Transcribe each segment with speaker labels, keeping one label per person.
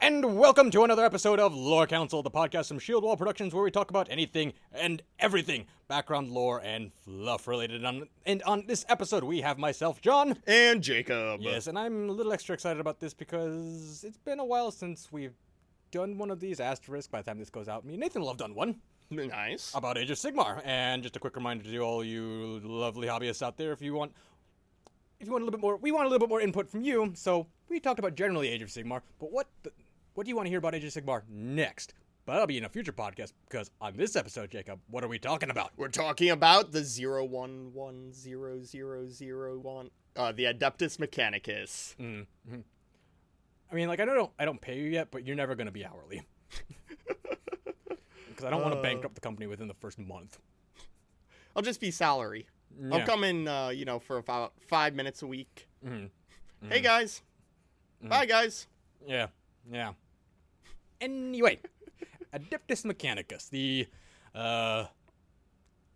Speaker 1: and welcome to another episode of Lore Council, the podcast from Shield Wall Productions, where we talk about anything and everything background lore and fluff related. And on, and on this episode, we have myself, John.
Speaker 2: And Jacob.
Speaker 1: Yes, and I'm a little extra excited about this because it's been a while since we've done one of these. Asterisk by the time this goes out, me and Nathan will have done one
Speaker 2: Nice.
Speaker 1: about Age of Sigmar. And just a quick reminder to all you lovely hobbyists out there, if you want if you want a little bit more we want a little bit more input from you, so we talked about generally Age of Sigmar, but what the, what do you want to hear about Age of Sigmar next? But that'll be in a future podcast because on this episode, Jacob, what are we talking about?
Speaker 2: We're talking about the zero one one zero zero zero one, uh, the Adeptus Mechanicus.
Speaker 1: Mm. I mean, like I don't I don't pay you yet, but you're never going to be hourly. Because I don't want to bankrupt the company within the first month.
Speaker 2: I'll just be salary. I'll
Speaker 1: Yeah. Mm-hmm.
Speaker 2: come in, uh, you know, for about five minutes a week. Hey guys. Bye guys.
Speaker 1: Yeah, yeah. Anyway, Adeptus Mechanicus, the uh,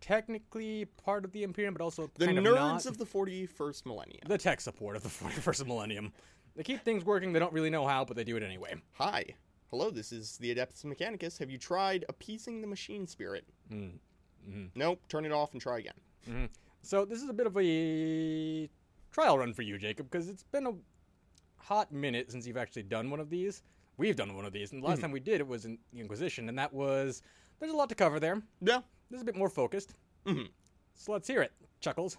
Speaker 1: technically part of the Imperium, but also
Speaker 2: The
Speaker 1: kind
Speaker 2: nerds
Speaker 1: not.
Speaker 2: of the forty first millennium.
Speaker 1: the tech support of the 41st millennium. They keep things working. They don't really know how, but they do it anyway.
Speaker 2: Hi. Hello, this is the Adeptus Mechanicus. Have you tried appeasing the machine spirit?
Speaker 1: Mm-hmm.
Speaker 2: Nope, turn it off and try again.
Speaker 1: So this is a bit of a trial run for you, Jacob, because it's been a hot minute since you've actually done one of these. We've done one of these, and the last
Speaker 2: Hmm.
Speaker 1: time we did it was in the Inquisition, and that was there's a lot to cover there.
Speaker 2: Yeah.
Speaker 1: This is a bit more focused. So let's hear it. Chuckles.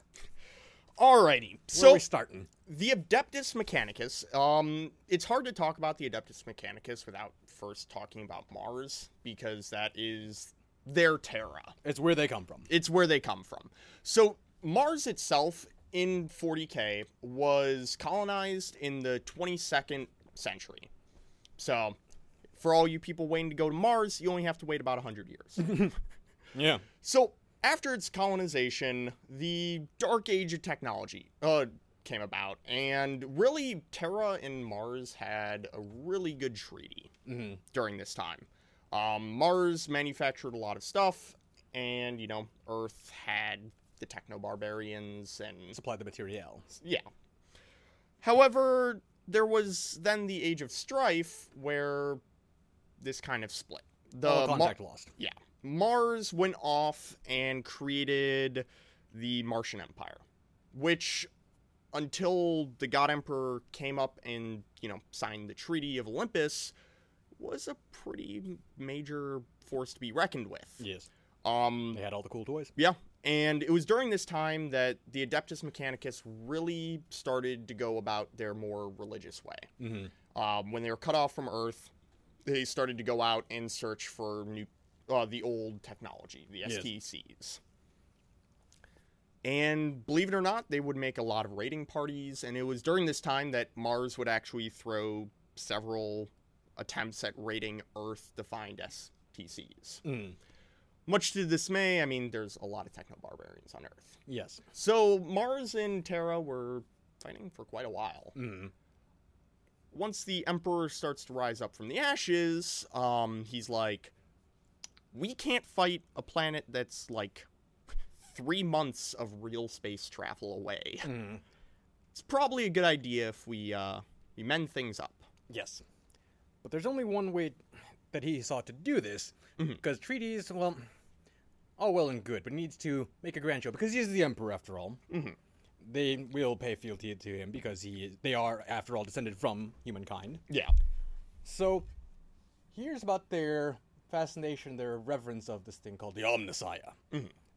Speaker 2: Alrighty.
Speaker 1: Where
Speaker 2: So
Speaker 1: are we starting?
Speaker 2: the Adeptus Mechanicus. Um, it's hard to talk about the Adeptus Mechanicus without first talking about Mars because that is their Terra.
Speaker 1: It's where they come from.
Speaker 2: It's where they come from. So Mars itself in 40k was colonized in the 22nd century. So for all you people waiting to go to Mars, you only have to wait about 100 years.
Speaker 1: Yeah.
Speaker 2: So after its colonization, the Dark Age of technology uh, came about, and really Terra and Mars had a really good treaty
Speaker 1: Mm-hmm.
Speaker 2: during this time. Um, Mars manufactured a lot of stuff, and you know Earth had the techno barbarians and
Speaker 1: Supply the materiel.
Speaker 2: yeah. However, there was then the Age of Strife where this kind of split. The
Speaker 1: All
Speaker 2: Mar-
Speaker 1: contact lost.
Speaker 2: yeah. Mars went off and created the Martian Empire, which until the God Emperor came up and, you know, signed the Treaty of Olympus was a pretty major force to be reckoned with.
Speaker 1: Yes.
Speaker 2: Um
Speaker 1: They had all the cool toys.
Speaker 2: yeah. And it was during this time that the Adeptus Mechanicus really started to go about their more religious way. Mm-hmm. Um, when they were cut off from Earth, they started to go out and search for new, uh, the old technology, the
Speaker 1: Yes.
Speaker 2: STCs. And believe it or not, they would make a lot of raiding parties. And it was during this time that Mars would actually throw several attempts at raiding Earth to find STCs.
Speaker 1: Mm.
Speaker 2: Much to dismay, I mean, there's a lot of techno barbarians on Earth.
Speaker 1: Yes.
Speaker 2: So Mars and Terra were fighting for quite a while.
Speaker 1: Mm.
Speaker 2: Once the Emperor starts to rise up from the ashes, um, he's like, we can't fight a planet that's like three months of real space travel away.
Speaker 1: Mm.
Speaker 2: It's probably a good idea if we uh, we mend things up.
Speaker 1: Yes. But there's only one way that he sought to do this, because treaties, well, all well and good, but he needs to make a grand show because he is the emperor after all. Mm-hmm. They will pay fealty to him because he is, they are, after all, descended from humankind.
Speaker 2: Yeah.
Speaker 1: So, here's about their fascination, their reverence of this thing called the Omnissiah,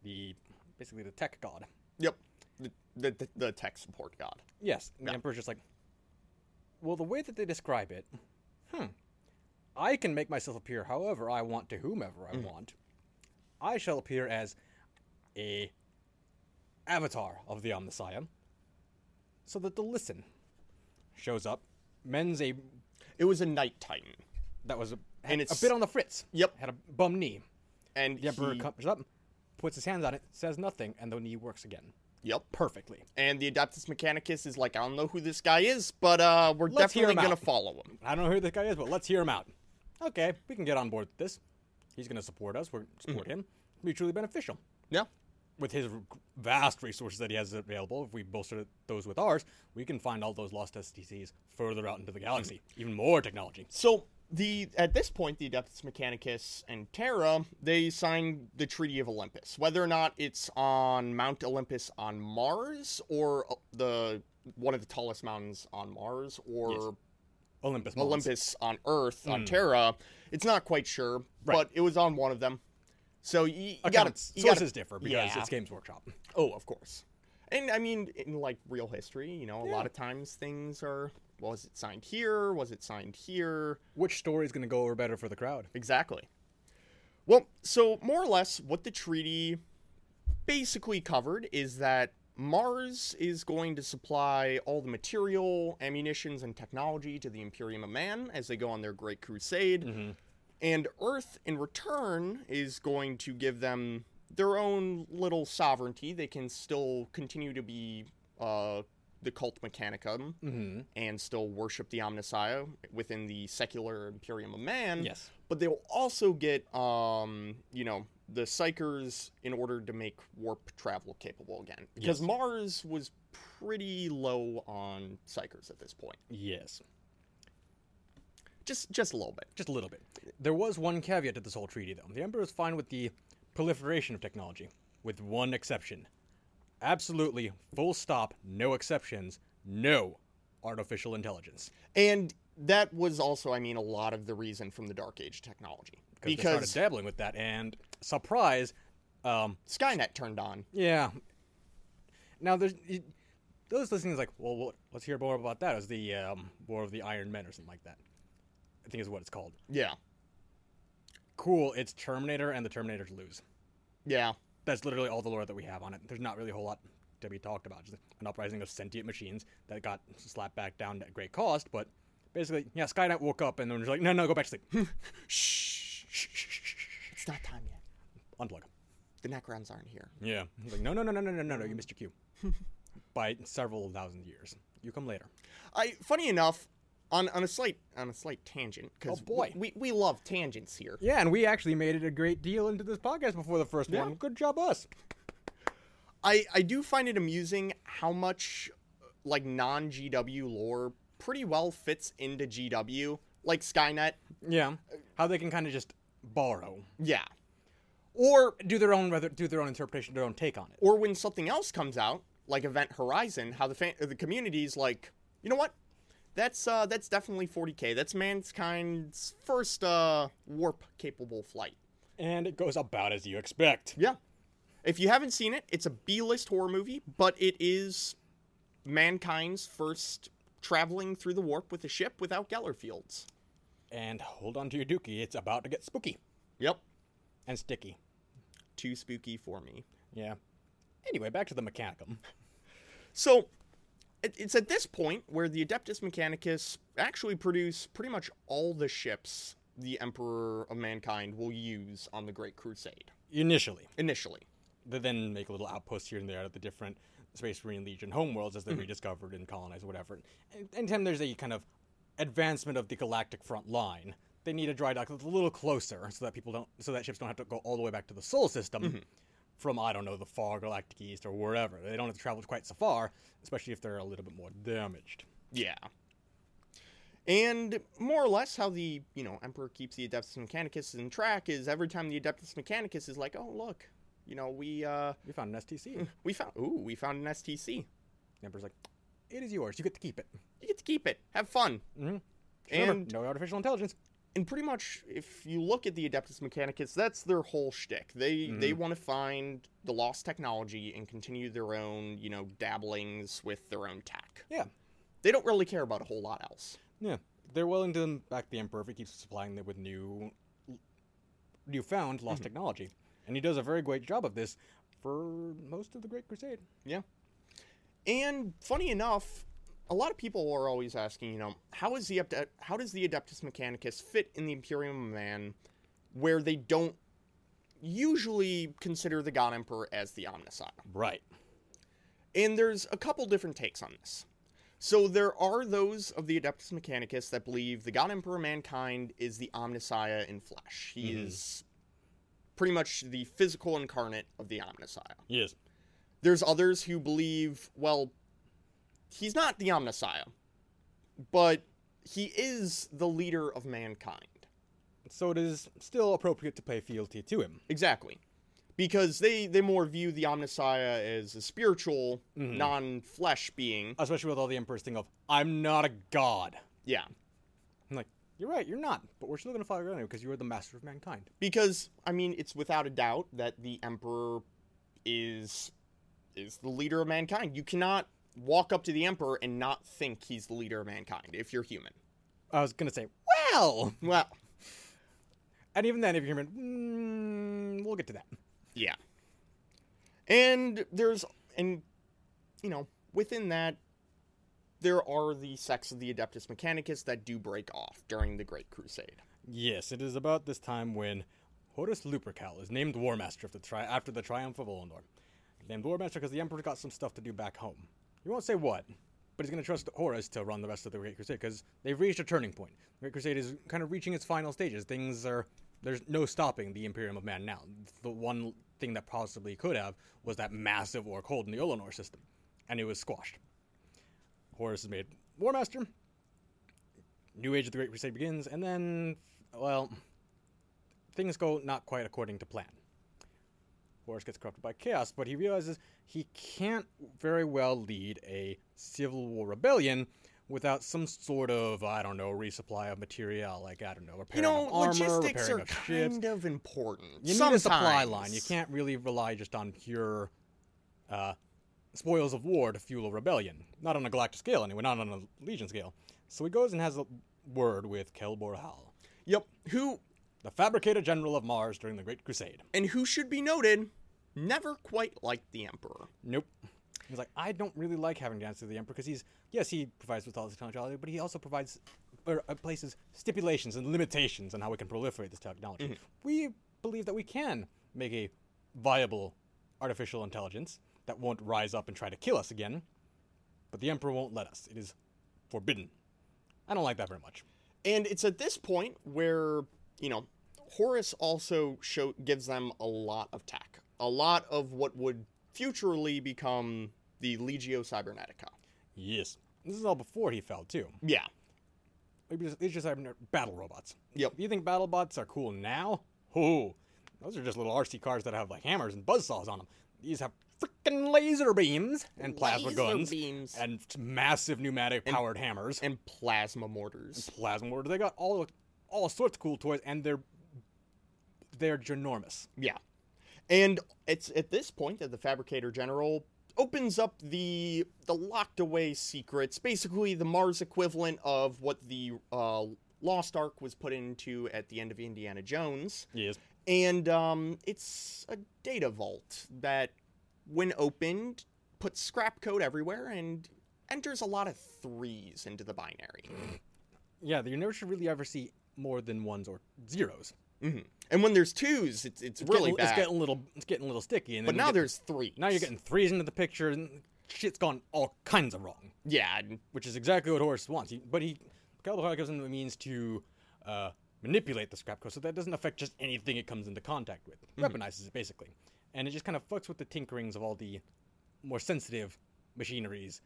Speaker 1: the basically the tech god.
Speaker 2: Yep. The, the, the, the tech support god.
Speaker 1: Yes, and the emperor's just like, well, the way that they describe it, hmm, I can make myself appear however I want to whomever I want. I shall appear as a avatar of the Omnissiah, so that the listen shows up, mends a
Speaker 2: It was a night titan.
Speaker 1: that was a,
Speaker 2: And
Speaker 1: had a
Speaker 2: it's-
Speaker 1: bit on the fritz.
Speaker 2: Yep.
Speaker 1: had a bum knee.
Speaker 2: And
Speaker 1: The emperor
Speaker 2: he-
Speaker 1: comes up, puts his hands on it, says nothing, and the knee works again
Speaker 2: Yep.
Speaker 1: perfectly.
Speaker 2: and the Adeptus Mechanicus is like, I don't know who this guy is, but uh, we're
Speaker 1: Let's hear
Speaker 2: definitely
Speaker 1: him
Speaker 2: gonna
Speaker 1: out."
Speaker 2: follow him.
Speaker 1: I don't know who this guy is, but let's hear him out. Okay, we can get on board with this. He's going to support us. We're going to
Speaker 2: Mm-hmm.
Speaker 1: support him. Mutually beneficial.
Speaker 2: Yeah,
Speaker 1: With his r- vast resources that he has available, if we bolster those
Speaker 2: Mm-hmm.
Speaker 1: with ours, we can find all those lost STCs further out into the galaxy. Even more technology.
Speaker 2: So the at this point the adeptus mechanicus and terra they signed the treaty of olympus whether or not it's on mount olympus on mars or uh, the one of the tallest mountains on mars or
Speaker 1: Yes. Olympus. Mons.
Speaker 2: olympus on earth on
Speaker 1: Mm.
Speaker 2: terra it's not quite sure
Speaker 1: Right.
Speaker 2: but it was on one of them so you, you
Speaker 1: Okay,
Speaker 2: gotta
Speaker 1: but
Speaker 2: you gotta
Speaker 1: sources differ because
Speaker 2: yeah.
Speaker 1: it's Games Workshop.
Speaker 2: Oh, of course. And I mean, in like real history, you know, a
Speaker 1: Yeah.
Speaker 2: lot of times things are was it signed here? Was it signed here?
Speaker 1: Which story is going to go over better for the crowd?
Speaker 2: Exactly. Well, so more or less what the treaty basically covered is that Mars is going to supply all the material, ammunitions, and technology to the Imperium of Man as they go on their great crusade. And Earth, in return, is going to give them their own little sovereignty. They can still continue to be uh, the cult mechanicum
Speaker 1: Mm-hmm.
Speaker 2: and still worship the Omnissiah within the secular Imperium of Man
Speaker 1: Yes.
Speaker 2: but they'll also get um you know the psychers in order to make warp travel capable again because
Speaker 1: Yes.
Speaker 2: mars was pretty low on psychers at this point
Speaker 1: Yes.
Speaker 2: just just a little bit
Speaker 1: Just a little bit. There was one caveat to this whole treaty, though. The Emperor is fine with the proliferation of technology, with one exception. Absolutely, full stop, no exceptions, no artificial intelligence.
Speaker 2: and that was also i mean a lot of the reason from the dark age technology
Speaker 1: Because they started
Speaker 2: because
Speaker 1: dabbling with that, and surprise, um,
Speaker 2: skynet turned on
Speaker 1: Yeah. Now there's y those listening is like, well, what, let's hear more about that. It was the um, War of the Iron Men or something like that. I think is what it's called.
Speaker 2: yeah
Speaker 1: Cool. It's Terminator and the Terminators lose.
Speaker 2: yeah
Speaker 1: That's literally all the lore that we have on it. There's not really a whole lot to be talked about. Just an uprising of sentient machines that got slapped back down at great cost, but basically, yeah, Skynet woke up and then was like, no, no, go back to sleep.
Speaker 2: shh it's not time yet
Speaker 1: Unplug.
Speaker 2: the necrons aren't here
Speaker 1: Yeah. Like, no, no, no, no, no, no, no, no. You missed your cue. By several thousand years. You come later.
Speaker 2: I funny enough, on on a slight on a slight tangent because
Speaker 1: Oh, boy.
Speaker 2: we, we love tangents here.
Speaker 1: Yeah, and we actually made it a great deal into this podcast before the first one. Good job, us.
Speaker 2: I I do find it amusing how much like non GW lore pretty well fits into GW, like Skynet.
Speaker 1: Yeah, how they can kind of just borrow
Speaker 2: Yeah,
Speaker 1: or do their own rather do their own interpretation, their own take on it.
Speaker 2: or when something else comes out, like Event Horizon, how the fan, the community's like, you know what? That's uh that's definitely 40k. That's mankind's first uh warp capable flight.
Speaker 1: And it goes about as you expect.
Speaker 2: Yeah. If you haven't seen it, it's a B list horror movie, but it is mankind's first traveling through the warp with a ship without Geller fields.
Speaker 1: And hold on to your dookie; it's about to get spooky
Speaker 2: Yep.
Speaker 1: and sticky.
Speaker 2: Too spooky for me.
Speaker 1: Yeah. Anyway, back to the mechanicum.
Speaker 2: So it- it's at this point where the Adeptus Mechanicus actually produce pretty much all the ships the Emperor of Mankind will use on the Great Crusade
Speaker 1: Initially,
Speaker 2: initially.
Speaker 1: they then make little outposts here and there out of the different Space Marine Legion homeworlds as they're rediscovered and colonized, whatever. And anytime there's a kind of advancement of the galactic front line, they need a dry dock that's a little closer so that people don't, so that ships don't have to go all the way back to the Sol system from I don't know the far galactic east or wherever. They don't have to travel quite so far, especially if they're a little bit more damaged.
Speaker 2: Yeah. And more or less how the, you know, Emperor keeps the Adeptus Mechanicus in track is every time the Adeptus Mechanicus is like, oh, look, you know, we, uh,
Speaker 1: We found an STC. the
Speaker 2: we found, ooh, we found an STC.
Speaker 1: Emperor's like, "It is yours. You get to keep it."
Speaker 2: You get to keep it. Have fun.
Speaker 1: Remember,
Speaker 2: And-
Speaker 1: no artificial intelligence.
Speaker 2: And pretty much, if you look at the Adeptus Mechanicus, that's their whole shtick. They, they want to find the lost technology and continue their own, you know, dabblings with their own tech.
Speaker 1: Yeah,
Speaker 2: They don't really care about a whole lot else.
Speaker 1: Yeah, they're willing to back the emperor if he keeps supplying them with new, newfound lost technology, and he does a very great job of this for most of the Great Crusade.
Speaker 2: Yeah. And funny enough, a lot of people are always asking, you know, how is the Adept- how does the Adeptus Mechanicus fit in the Imperium of Man, where they don't usually consider the God Emperor as the Omniscient?
Speaker 1: Right.
Speaker 2: And there's a couple different takes on this. So there are those of the Adeptus Mechanicus that believe the God Emperor of Mankind is the Omnissiah in flesh. He is pretty much the physical incarnate of the Omnissiah
Speaker 1: Yes.
Speaker 2: there's others who believe, well, he's not the Omnissiah, but he is the leader of mankind.
Speaker 1: So it is still appropriate to pay fealty to him.
Speaker 2: Exactly. Because they, they more view the Omnissiah as a spiritual, non flesh being.
Speaker 1: Especially with all the Emperor's thing of, I'm not a god.
Speaker 2: Yeah.
Speaker 1: I'm like, you're right, you're not, but we're still going to follow you anyway because you are the master of mankind.
Speaker 2: Because, I mean, it's without a doubt that the Emperor is is the leader of mankind. You cannot walk up to the Emperor and not think he's the leader of mankind if you're human.
Speaker 1: I was going to say, well!
Speaker 2: Well,
Speaker 1: And even then, if you're human, mm, we'll get to that.
Speaker 2: Yeah. And there's and you know, within that there are the sects of the Adeptus Mechanicus that do break off during the Great Crusade.
Speaker 1: Yes, it is about this time when Horus Lupercal is named War Master after the, tri- after the Triumph of Ollendor. He's named War Master because the Emperor's got some stuff to do back home. He won't say what, but he's going to trust Horus to run the rest of the Great Crusade because they've reached a turning point. The Great Crusade is kind of reaching its final stages. Things are. There's no stopping the Imperium of Man now. The one thing that possibly could have was that massive orc hold in the Olenor system, and it was squashed. Horus is made War Master, New Age of the Great Crusade begins, and then, well, things go not quite according to plan. Horus gets corrupted by chaos, but he realizes he can't very well lead a civil war rebellion without some sort of, I don't know, resupply of material, like, I don't know, repairing
Speaker 2: You know,
Speaker 1: of armor,
Speaker 2: logistics
Speaker 1: repairing
Speaker 2: are
Speaker 1: of ships.
Speaker 2: kind of important.
Speaker 1: You need a supply line. You can't really rely just on pure uh, spoils of war to fuel a rebellion. Not on a galactic scale, anyway, not on a legion scale. So he goes and has a word with Kelbor Hal,
Speaker 2: Yep. Who
Speaker 1: the fabricator general of Mars during the Great Crusade.
Speaker 2: and who should be noted never quite liked the Emperor.
Speaker 1: Nope. He's like, I don't really like having to answer to the Emperor because he's, yes, he provides with all this technology, but he also provides, or uh, places stipulations and limitations on how we can proliferate this technology. We believe that we can make a viable artificial intelligence that won't rise up and try to kill us again, but the Emperor won't let us. It is forbidden. I don't like that very much.
Speaker 2: And it's at this point where, you know, Horus also show gives them a lot of tech, a lot of what would futurely become the Legio Cybernetica.
Speaker 1: Yes. This is all before he fell, too.
Speaker 2: Yeah.
Speaker 1: Maybe just, it's just having their battle robots.
Speaker 2: Yep.
Speaker 1: If you think battle bots are cool now, oh, those are just little RC cars that have like hammers and buzzsaws on them. These have freaking laser beams and plasma
Speaker 2: Laser
Speaker 1: guns
Speaker 2: beams.
Speaker 1: and massive pneumatic powered hammers. And
Speaker 2: And plasma mortars.
Speaker 1: plasma mortar. They got all all sorts of cool toys, and they're they're ginormous.
Speaker 2: Yeah. And it's at this point that the Fabricator General opens up the the locked away secrets, basically the Mars equivalent of what the uh, Lost Ark was put into at the end of Indiana Jones.
Speaker 1: Yes.
Speaker 2: and um, it's a data vault that, when opened, puts scrap code everywhere and enters a lot of threes into the binary.
Speaker 1: Yeah, you never should really ever see more than ones or zeros.
Speaker 2: And when there's twos, it's it's, really
Speaker 1: getting,
Speaker 2: bad.
Speaker 1: It's getting a little it's getting a little sticky. And
Speaker 2: but
Speaker 1: then you
Speaker 2: now
Speaker 1: get-
Speaker 2: there's threes.
Speaker 1: now you're getting threes into the picture, and shit's gone all kinds of wrong.
Speaker 2: yeah, and-
Speaker 1: which is exactly what Horus wants. He, but he, Galahad gives him the means to uh, manipulate the scrap code, so that doesn't affect just anything it comes into contact with. Weaponizes it basically, and it just kind of fucks with the tinkerings of all the more sensitive machineries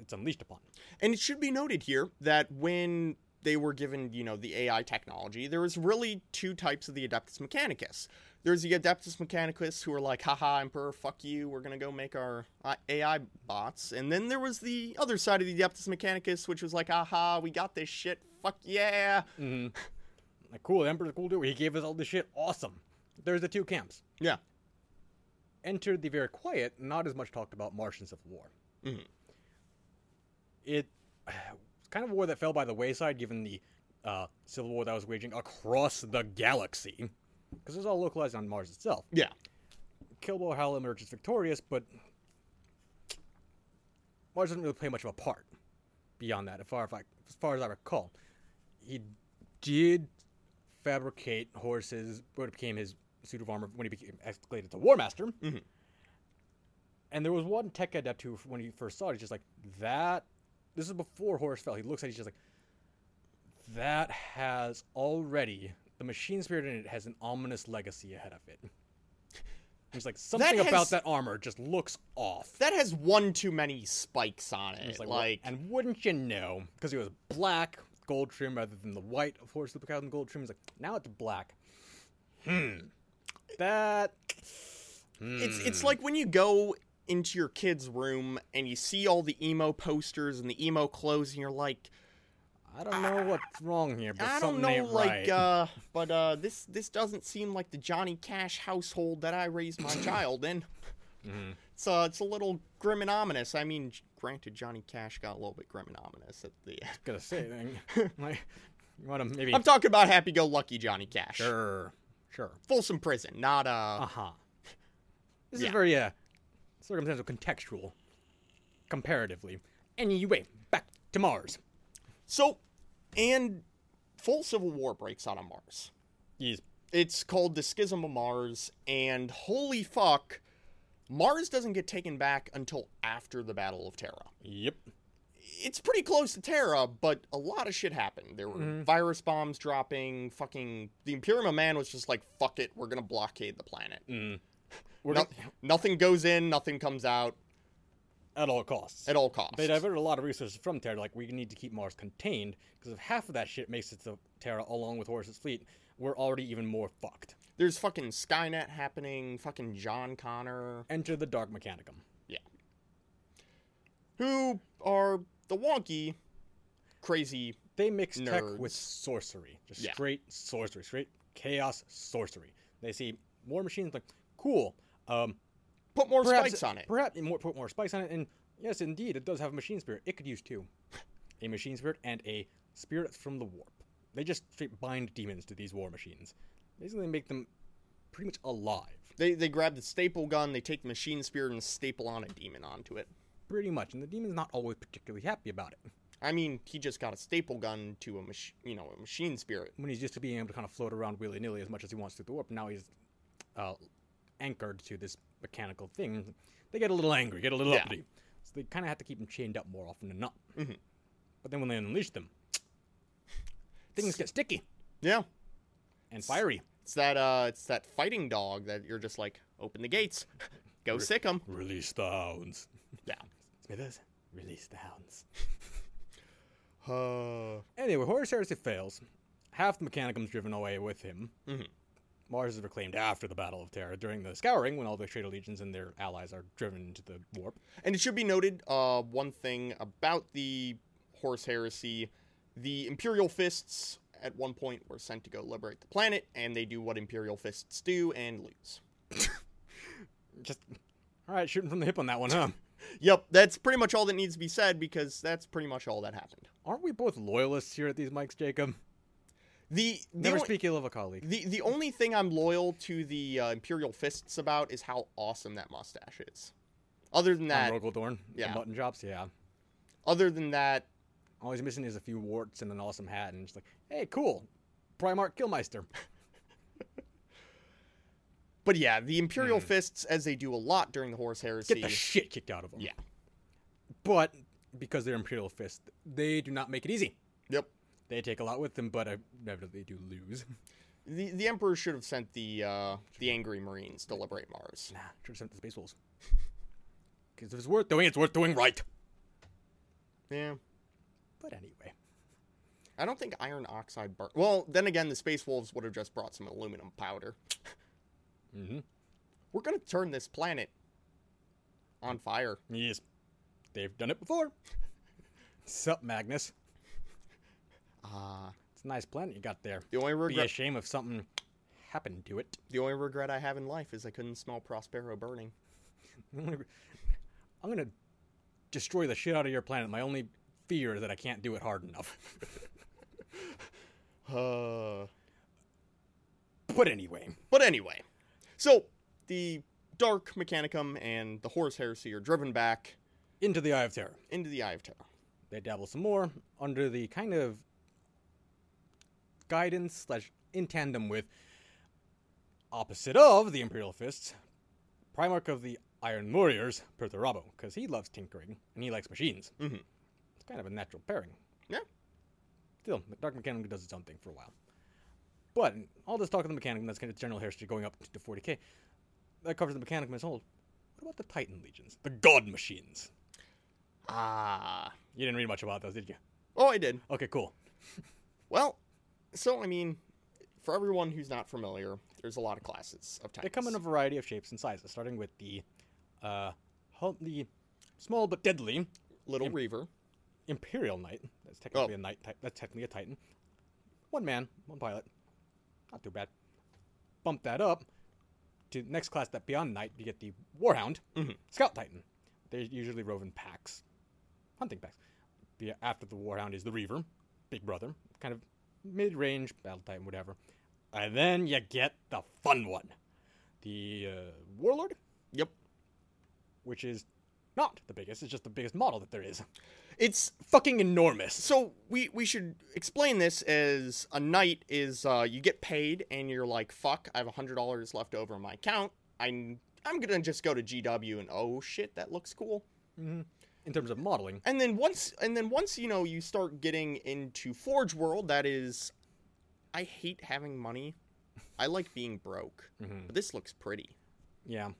Speaker 1: it's unleashed upon.
Speaker 2: and it should be noted here that when they were given you know the AI technology, there was really two types of the Adeptus Mechanicus. There's the Adeptus Mechanicus who were like, haha, Emperor, fuck you, we're gonna go make our uh, AI bots. And then there was the other side of the Adeptus Mechanicus, which was like, aha, we got this shit, fuck yeah.
Speaker 1: Like, cool, the Emperor's a cool dude. He gave us all this shit. Awesome. There's the two camps.
Speaker 2: Yeah.
Speaker 1: entered the very quiet, not as much talked about Martian Civil War. It it's kind of a war that fell by the wayside given the uh, civil war that was waging across the galaxy, because it was all localized on Mars itself.
Speaker 2: Yeah.
Speaker 1: Kilbo Hal emerges victorious, but Mars doesn't really play much of a part beyond that, as far as I, as, far as I recall. He did fabricate horses, what became his suit of armor when he became escalated to War Master. And there was one tech adept who, when he first saw it, he's just like, that. This is before Horus fell. He looks at it, he's just like, that has already, the machine spirit in it has an ominous legacy ahead of it. He's like, something about
Speaker 2: has-
Speaker 1: that armor just looks off.
Speaker 2: That has one too many spikes on it.
Speaker 1: It's
Speaker 2: Eh, like,
Speaker 1: like, wha- and wouldn't you know? Because he was black, gold trim rather than the white of horse Lupercal and gold trim. He's like, now it's black. Hmm. That
Speaker 2: It's it's like when you go into your kid's room and you see all the emo posters and the emo clothes and you're like,
Speaker 1: I don't know what's wrong here, but
Speaker 2: I don't
Speaker 1: something
Speaker 2: know,
Speaker 1: ain't
Speaker 2: like,
Speaker 1: right.
Speaker 2: uh, but uh, this this doesn't seem like the Johnny Cash household that I raised my child in.
Speaker 1: Mm-hmm.
Speaker 2: It's uh, it's a little grim and ominous. I mean, granted, Johnny Cash got a little bit grim and ominous at the. end.
Speaker 1: gonna say then, like, you want to maybe
Speaker 2: I'm talking about happy-go-lucky Johnny Cash.
Speaker 1: sure, sure,
Speaker 2: Folsom Prison, not
Speaker 1: uh
Speaker 2: uh.
Speaker 1: huh. This
Speaker 2: Yeah.
Speaker 1: is very uh, circumstantial, contextual, comparatively. Anyway, back to Mars.
Speaker 2: So, and full civil war breaks out on Mars.
Speaker 1: Yes.
Speaker 2: It's called the Schism of Mars, and holy fuck, Mars doesn't get taken back until after the Battle of Terra.
Speaker 1: Yep.
Speaker 2: It's pretty close to Terra, but a lot of shit happened. There were virus bombs dropping, fucking. The Imperium of Man was just like, fuck it, we're gonna blockade the planet.
Speaker 1: We're
Speaker 2: No-
Speaker 1: gonna-
Speaker 2: nothing goes in, nothing comes out,
Speaker 1: at all costs.
Speaker 2: at all costs.
Speaker 1: They diverted a lot of resources from Terra. Like we need to keep Mars contained because if half of that shit makes it to Terra along with Horus's fleet, we're already even more fucked.
Speaker 2: There's fucking Skynet happening, fucking John Connor.
Speaker 1: Enter the Dark Mechanicum.
Speaker 2: Yeah. Who are the wonky, crazy.
Speaker 1: They mix tech with
Speaker 2: Nerds.
Speaker 1: sorcery, just
Speaker 2: Yeah.
Speaker 1: straight sorcery, straight chaos sorcery. They see war machines like cool. Um,
Speaker 2: Put more
Speaker 1: perhaps,
Speaker 2: spikes on it.
Speaker 1: Perhaps more, put more spikes on it. And yes, indeed, it does have a machine spirit. It could use two, a machine spirit and a spirit from the warp. They just straight bind demons to these war machines. Basically, make them pretty much alive.
Speaker 2: They, they grab the staple gun, they take the machine spirit and staple on a demon onto it.
Speaker 1: pretty much, and the demon's not always particularly happy about it
Speaker 2: I mean, he just got a staple gun to a mach- you know, a machine spirit.
Speaker 1: when he's used to being able to kind of float around willy nilly as much as he wants through the warp. Now he's uh, anchored to this mechanical thing. They get a little angry, get a little
Speaker 2: Yeah.
Speaker 1: uppity, so they kind of have to keep him chained up more often than not. But then when they unleash them, things get sticky
Speaker 2: Yeah.
Speaker 1: and fiery.
Speaker 2: It's that uh it's that fighting dog that you're just like, open the gates. Go sick 'em.
Speaker 1: Release the hounds,
Speaker 2: Yeah.
Speaker 1: Smithers. Release the hounds.
Speaker 2: Uh,
Speaker 1: Anyway, Horus Heresy fails. Half the Mechanicum's driven away with him.
Speaker 2: Mhm.
Speaker 1: Mars is reclaimed after the Battle of Terra during the Scouring, when all the traitor legions and their allies are driven into the warp.
Speaker 2: And it should be noted uh, one thing about the Horse Heresy the Imperial Fists at one point were sent to go liberate the planet, and they do what Imperial Fists do and lose.
Speaker 1: Just, all right, shooting from the hip on that one, huh?
Speaker 2: Yep, that's pretty much all that needs to be said because that's pretty much all that happened.
Speaker 1: Aren't we both loyalists here at these mics, Jacob?
Speaker 2: The the,
Speaker 1: Never
Speaker 2: only,
Speaker 1: speak ill of a colleague.
Speaker 2: the, the only thing I'm loyal to the uh, Imperial Fists about is how awesome that mustache is. Other than
Speaker 1: i
Speaker 2: that,
Speaker 1: Rogaldorn.
Speaker 2: yeah.
Speaker 1: The mutton chops, yeah.
Speaker 2: other than that,
Speaker 1: All he's missing is a few warts and an awesome hat, and just like, hey, cool. Primarch Killmeister.
Speaker 2: but yeah, the Imperial Fists, as they do a lot during the Horse Heresy,
Speaker 1: Hmm. Get the shit kicked out of him.
Speaker 2: yeah,
Speaker 1: But because they're Imperial Fist, they do not make it easy.
Speaker 2: yep,
Speaker 1: They take a lot with them, but inevitably do lose.
Speaker 2: The the emperor should have sent the uh, the angry marines to liberate Mars.
Speaker 1: Nah, should have sent the Space Wolves. Because if it's worth doing, it's worth doing right.
Speaker 2: Yeah,
Speaker 1: But anyway,
Speaker 2: I don't think iron oxide burn. Well, then again, the space wolves would have just brought some aluminum powder.
Speaker 1: Mhm.
Speaker 2: We're gonna turn this planet on fire.
Speaker 1: yes, they've done it before. Sup, Magnus?
Speaker 2: Ah,
Speaker 1: It's a nice planet you got there.
Speaker 2: the only
Speaker 1: Be a
Speaker 2: regret
Speaker 1: shame if something happened to it.
Speaker 2: the only regret I have in life is I couldn't smell Prospero burning.
Speaker 1: I'm gonna destroy the shit out of your planet. My only fear is that I can't do it hard enough.
Speaker 2: Uh,
Speaker 1: but anyway,
Speaker 2: but anyway, so the Dark Mechanicum and the Horus Heresy are driven back
Speaker 1: into the Eye of Terror.
Speaker 2: into the Eye of Terror.
Speaker 1: They dabble some more under the kind of guidance slash in tandem with opposite of the Imperial Fists, Primarch of the Iron Warriors, Perturabo, because he loves tinkering and he likes machines.
Speaker 2: Mhm.
Speaker 1: It's kind of a natural pairing.
Speaker 2: Yeah.
Speaker 1: Still, the Dark Mechanicum does its own thing for a while. But all this talk of the Mechanicum, that's kind of general history going up to 40k, that covers the Mechanicum as a whole. What about the Titan Legions? The God Machines.
Speaker 2: Ah,
Speaker 1: Ah. You didn't read much about those, did you?
Speaker 2: oh, I did.
Speaker 1: Okay, cool.
Speaker 2: Well, so I mean, for everyone who's not familiar, there's a lot of classes of
Speaker 1: They
Speaker 2: titans.
Speaker 1: come in a variety of shapes and sizes, starting with the, uh, hum- the small but deadly
Speaker 2: little reaver.
Speaker 1: Imperial Knight. That's technically
Speaker 2: Oh.
Speaker 1: a knight. Ty- that's technically a Titan. One man, one pilot. Not too bad. Bump that up to the next class that beyond Knight, you get the Warhound, Scout Titan. They're usually roving packs, hunting packs. Be- After the Warhound is the Reaver, Big Brother, kind of mid range battle Titan, whatever. And then you get the fun one, the uh, Warlord,
Speaker 2: Yep.
Speaker 1: which is not the biggest, it's just the biggest model that there is.
Speaker 2: It's
Speaker 1: Fucking enormous.
Speaker 2: so we we should explain this as a knight is uh, you get paid and you're like fuck I have a hundred dollars left over in my account I'm I'm gonna just go to GW and oh shit that looks cool
Speaker 1: in terms of modeling.
Speaker 2: and then once and then once you know you start getting into Forge World that is I hate having money I like being broke
Speaker 1: Mm-hmm.
Speaker 2: but this looks pretty
Speaker 1: Yeah.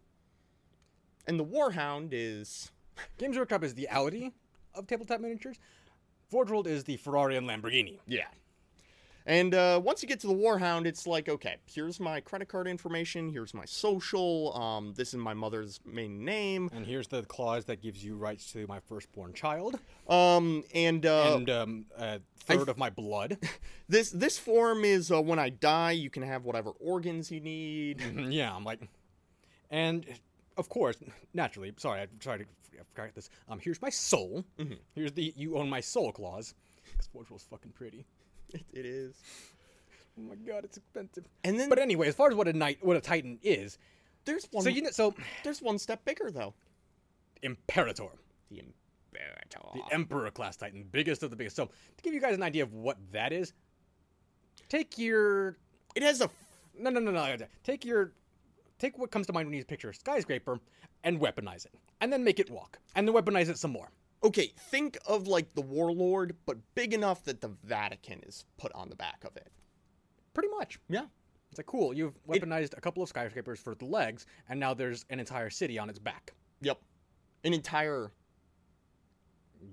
Speaker 2: and the Warhound is
Speaker 1: Games Workshop is the Audi of tabletop miniatures. Forge World is the Ferrari and Lamborghini.
Speaker 2: Yeah. And uh, once you get to the Warhound, it's like, okay, here's my credit card information, here's my social, um, this is my mother's main name,
Speaker 1: And here's the clause that gives you rights to my firstborn child
Speaker 2: um, and, uh,
Speaker 1: and um, a third of my blood.
Speaker 2: this this form is uh, when I die, you can have whatever organs you need.
Speaker 1: yeah, I'm like, and of course, naturally. Sorry, I tried to I forgot this. Um, here's my soul. Here's the you own my soul clause. Because Forge World's fucking pretty.
Speaker 2: it, it is.
Speaker 1: Oh my god, it's expensive.
Speaker 2: And then
Speaker 1: But anyway, as far as what a knight, what a titan is,
Speaker 2: there's one.
Speaker 1: so you know, so
Speaker 2: there's one step bigger though.
Speaker 1: imperator.
Speaker 2: The Imperator.
Speaker 1: the Emperor class Titan, biggest of the biggest. So to give you guys an idea of what that is, take your
Speaker 2: it has a. f-
Speaker 1: no no no no take your take what comes to mind when you picture a skyscraper and weaponize it, and then make it walk, and then weaponize it some more.
Speaker 2: Okay, think of like the warlord, but big enough that the Vatican is put on the back of it.
Speaker 1: Pretty much.
Speaker 2: Yeah.
Speaker 1: It's like cool. You've weaponized a couple of skyscrapers for the legs, and now there's an entire city on its back.
Speaker 2: Yep. An entire,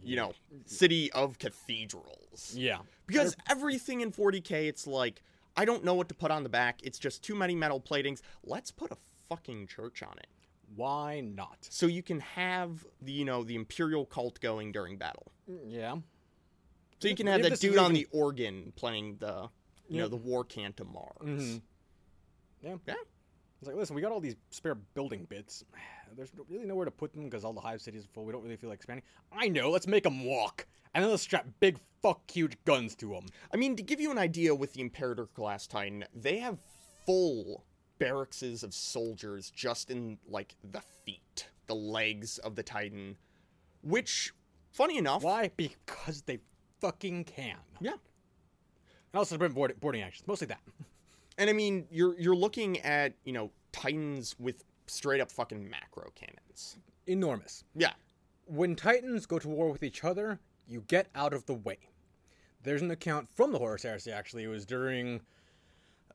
Speaker 2: you know, city of cathedrals.
Speaker 1: Yeah.
Speaker 2: Because everything in 40K, it's like, I don't know what to put on the back. It's just too many metal platings. Let's put a fucking church on it.
Speaker 1: Why not?
Speaker 2: So you can have the, you know, the imperial cult going during battle.
Speaker 1: Yeah.
Speaker 2: So you can have
Speaker 1: If
Speaker 2: that
Speaker 1: this is
Speaker 2: dude on
Speaker 1: even-
Speaker 2: the organ playing the, you know, the war cant of Mars.
Speaker 1: Yeah.
Speaker 2: Yeah.
Speaker 1: It's like, listen, we got all these spare building bits. There's really nowhere to put them because all the hive cities are full. We don't really feel like expanding. I know. Let's make them walk, and then let's strap big, fuck, huge guns to them.
Speaker 2: I mean, to give you an idea with the Imperator Glass Titan, they have full barrackses of soldiers just in, like, the feet, the legs of the Titan, which, funny enough,
Speaker 1: Why? Because they fucking can. And
Speaker 2: yeah.
Speaker 1: also to prevent board- boarding actions, mostly that.
Speaker 2: And I mean, you're you're looking at, you know, Titans with straight up fucking macro cannons.
Speaker 1: Enormous.
Speaker 2: Yeah.
Speaker 1: When titans go to war with each other, you get out of the way. There's an account from the Horus Heresy, actually. It was during.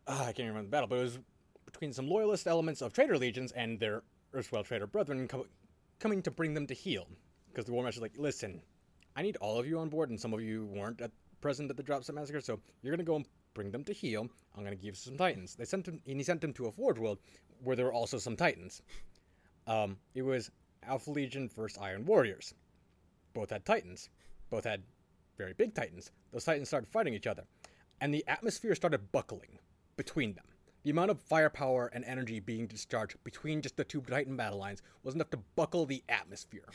Speaker 1: ah, I can't remember the battle, but it was between some loyalist elements of traitor legions and their erstwhile traitor brethren co- coming to bring them to heel. Because the war master's like, listen, I need all of you on board, and some of you weren't at, present at the Dropset Massacre, so you're going to go and bring them to heel. I'm going to give you some titans. They sent them, and he sent them to a forge world where there were also some titans. Um, it was Alpha Legion versus Iron Warriors. Both had Titans. Both had very big Titans. Those Titans started fighting each other. And the atmosphere started buckling between them. The amount of firepower and energy being discharged between just the two Titan battle lines was enough to buckle the atmosphere.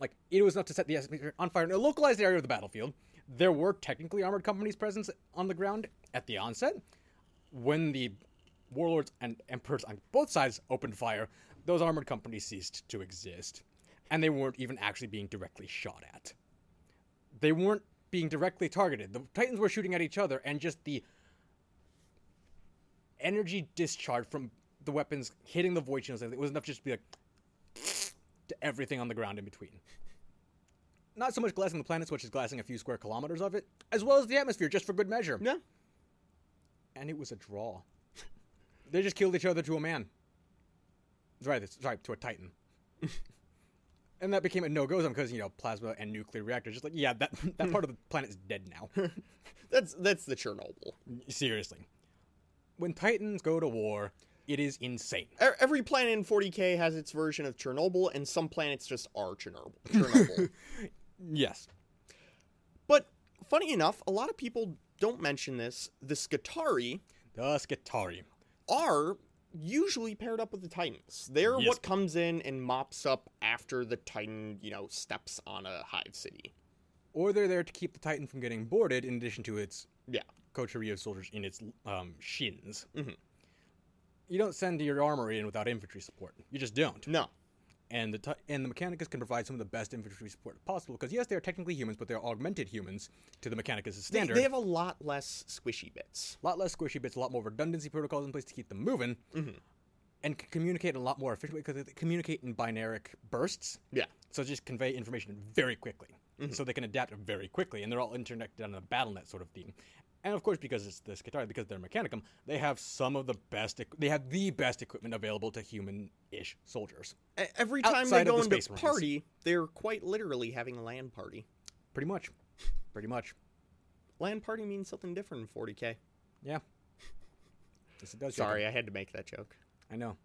Speaker 1: Like, it was enough to set the atmosphere on fire in a localized area of the battlefield. There were technically armored companies' presence on the ground at the onset. When the warlords and emperors on both sides opened fire, those armored companies ceased to exist. And they weren't even actually being directly shot at. They weren't being directly targeted. The Titans were shooting at each other, and just the energy discharge from the weapons hitting the void shields, it was enough just to be like to everything on the ground in between. Not so much glassing the planets, which is glassing a few square kilometers of it, as well as the atmosphere, just for good measure
Speaker 2: Yeah.
Speaker 1: and it was a draw. they just killed each other to a man. Sorry, that's- sorry, to a titan. and that became a no-go zone because you know plasma and nuclear reactors. Just like yeah, that that part of the planet's dead now.
Speaker 2: That's that's the Chernobyl.
Speaker 1: Seriously, when Titans go to war, it is insane.
Speaker 2: E- Every planet in 40k has its version of Chernobyl, and some planets just are Chernobyl. Chernobyl.
Speaker 1: Yes,
Speaker 2: but funny enough, a lot of people don't mention this. The Skatari
Speaker 1: the Skatari.
Speaker 2: are usually paired up with the Titans. They're
Speaker 1: Yes.
Speaker 2: what comes in and mops up after the Titan, you know, steps on a hive city.
Speaker 1: or they're there to keep the Titan from getting boarded, in addition to its
Speaker 2: Yeah.
Speaker 1: coterie of soldiers in its um, shins.
Speaker 2: Mhm.
Speaker 1: You don't send your armory in without infantry support. You just don't.
Speaker 2: No.
Speaker 1: And the ti- and the Mechanicus can provide some of the best infantry support possible because yes, they are technically humans, but they're augmented humans to the Mechanicus'
Speaker 2: They,
Speaker 1: standard.
Speaker 2: they have a lot less squishy bits.
Speaker 1: a lot less squishy bits, a lot more redundancy protocols in place to keep them moving,
Speaker 2: Mm-hmm.
Speaker 1: and can communicate in a lot more efficient way because they communicate in binaric bursts.
Speaker 2: Yeah.
Speaker 1: So just convey information very quickly.
Speaker 2: Mm-hmm.
Speaker 1: So they can adapt very quickly, and they're all interconnected on a battle net sort of theme. And of course, because it's the Skatari, because they're Mechanicum, they have some of the best. equ- They have the best equipment available to human-ish soldiers,
Speaker 2: E- Every time
Speaker 1: Outside
Speaker 2: they
Speaker 1: of
Speaker 2: go
Speaker 1: the
Speaker 2: into
Speaker 1: Space Marines.
Speaker 2: party, they're quite literally having a land party.
Speaker 1: pretty much. Pretty much,
Speaker 2: Land party means something different in 40k.
Speaker 1: yeah. Yes, it does. Jacob.
Speaker 2: Sorry, I had to make that joke.
Speaker 1: I know.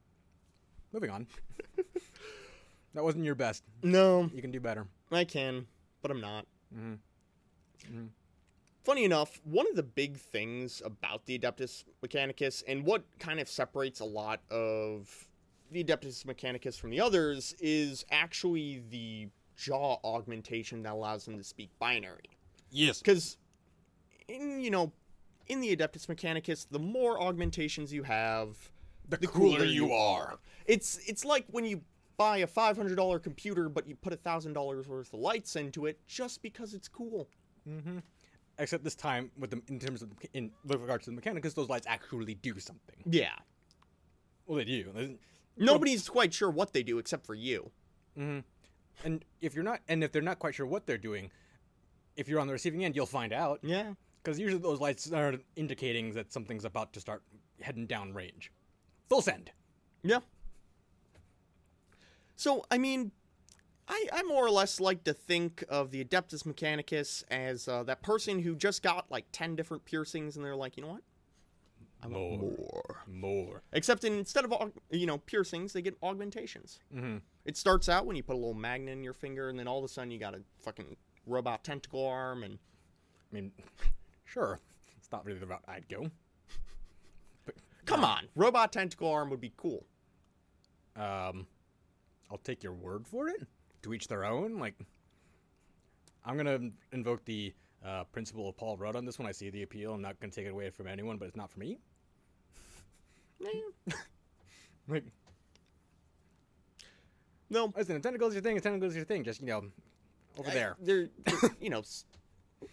Speaker 1: Moving on. that wasn't your best.
Speaker 2: No,
Speaker 1: You can do better.
Speaker 2: I can, but I'm not.
Speaker 1: Mhm. Mhm.
Speaker 2: Funny enough, one of the big things about the Adeptus Mechanicus and what kind of separates a lot of the Adeptus Mechanicus from the others is actually the jaw augmentation that allows them to speak binary.
Speaker 1: Yes.
Speaker 2: Because, in you know, in the Adeptus Mechanicus, the more augmentations you have,
Speaker 1: The cooler you are.
Speaker 2: It's it's like when you buy a five hundred dollar computer, but you put a thousand dollars worth of lights into it just because it's cool.
Speaker 1: Mm-hmm. Except this time, with the in terms of in with regards to the Mechanicus, those lights actually do something.
Speaker 2: Yeah.
Speaker 1: Well, they do. They-
Speaker 2: Nobody's quite sure what they do except for you.
Speaker 1: mm-hmm. And if you're not, and if they're not quite sure what they're doing, if you're on the receiving end, you'll find out.
Speaker 2: Yeah.
Speaker 1: Because usually those lights are indicating that something's about to start heading down range. Full send.
Speaker 2: Yeah. So I mean, I I more or less like to think of the Adeptus Mechanicus as uh, that person who just got like ten different piercings, and they're like, you know what? I want
Speaker 1: More.
Speaker 2: more.
Speaker 1: More.
Speaker 2: Except in, instead of aug- you know piercings, they get augmentations.
Speaker 1: Mm-hmm.
Speaker 2: It starts out when you put a little magnet in your finger, and then all of a sudden you got a fucking robot tentacle arm, and
Speaker 1: I mean, sure. It's not really the route I'd go.
Speaker 2: come on, robot tentacle arm would be cool.
Speaker 1: Um, I'll take your word for it. To each their own. Like, I'm gonna invoke the uh, principle of Paul Rudd on this one. I see the appeal. I'm not gonna take it away from anyone, but it's not for me.
Speaker 2: Eh,
Speaker 1: Like,
Speaker 2: no,
Speaker 1: listen, if tentacles is your thing, if tentacles is your thing. Just you know, over
Speaker 2: I-
Speaker 1: there.
Speaker 2: They're, you know, s-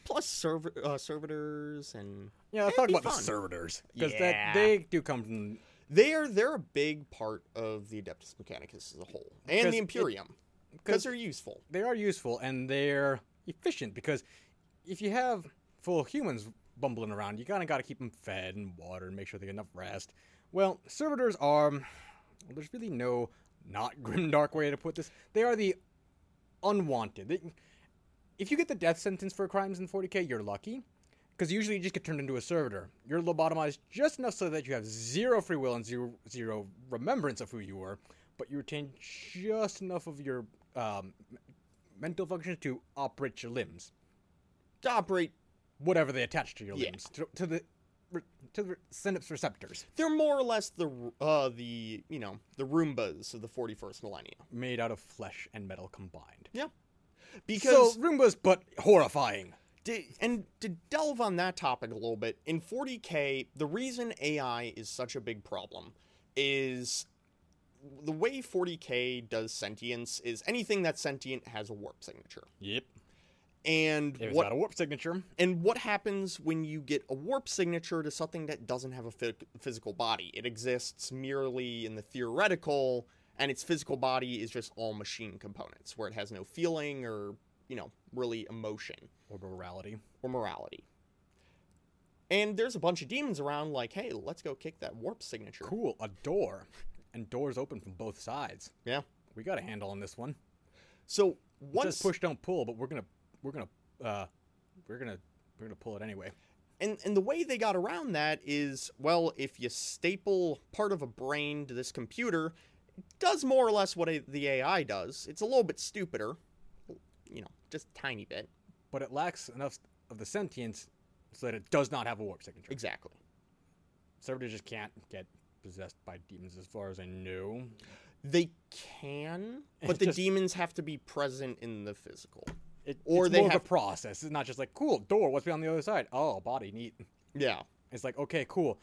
Speaker 2: plus serv- uh, servitors and
Speaker 1: Yeah, let's
Speaker 2: It'd
Speaker 1: talk
Speaker 2: be
Speaker 1: about the
Speaker 2: fun.
Speaker 1: servitors because
Speaker 2: Yeah.
Speaker 1: that they do come from.
Speaker 2: they're they're a big part of the Adeptus Mechanicus as a whole, and
Speaker 1: 'Cause
Speaker 2: the
Speaker 1: it-
Speaker 2: Imperium because
Speaker 1: 'cause-
Speaker 2: they're useful.
Speaker 1: They are useful and they're efficient because if you have full humans bumbling around, you kind of got to keep them fed and watered and make sure they get enough rest. Well, servitors are. Well, there's really no not grimdark way to put this. They are the unwanted. They- if you get the death sentence for crimes in 40k, you're lucky. Because usually you just get turned into a servitor. You're lobotomized just enough so that you have zero free will and zero, zero remembrance of who you were, but you retain just enough of your um, m- mental functions to operate your limbs,
Speaker 2: To operate,
Speaker 1: whatever they attach to your
Speaker 2: Yeah.
Speaker 1: limbs, to, to the re- to the synapse receptors
Speaker 2: they're more or less the uh the you know the Roombas of the 41st millennium.
Speaker 1: made out of flesh and metal combined.
Speaker 2: Yeah,
Speaker 1: Because
Speaker 2: because
Speaker 1: so Roombas, but horrifying.
Speaker 2: to, and to delve on that topic a little bit in 40k the reason ai is such a big problem is the way 40k does sentience is anything that's sentient has a warp signature
Speaker 1: Yep.
Speaker 2: and
Speaker 1: If it's
Speaker 2: what
Speaker 1: got a warp signature,
Speaker 2: and what happens when you get a warp signature to something that doesn't have a phy- physical body it exists merely in the theoretical and its physical body is just all machine components where it has no feeling or you know really emotion
Speaker 1: or morality.
Speaker 2: or morality. And there's a bunch of demons around, like, hey, let's go kick that warp signature.
Speaker 1: Cool, a door. And doors open from both sides.
Speaker 2: Yeah.
Speaker 1: We got a handle on this one.
Speaker 2: So
Speaker 1: It
Speaker 2: once
Speaker 1: says push, don't pull, but we're gonna we're gonna uh, we're gonna we're gonna pull it anyway.
Speaker 2: and and the way they got around that is well if you staple part of a brain to this computer it does more or less what a, the ai does it's a little bit stupider you know just tiny bit
Speaker 1: But it lacks enough of the sentience so that it does not have a warp signature.
Speaker 2: exactly
Speaker 1: Cerberus just can't get possessed by demons, as far as I know.
Speaker 2: they can but
Speaker 1: It's
Speaker 2: the
Speaker 1: just-
Speaker 2: demons have to be present in the physical
Speaker 1: It,
Speaker 2: Or
Speaker 1: it's
Speaker 2: they
Speaker 1: more of
Speaker 2: have-
Speaker 1: a process. It's not just like cool door. What's on the other side? Oh, body, neat.
Speaker 2: yeah
Speaker 1: It's like okay, cool.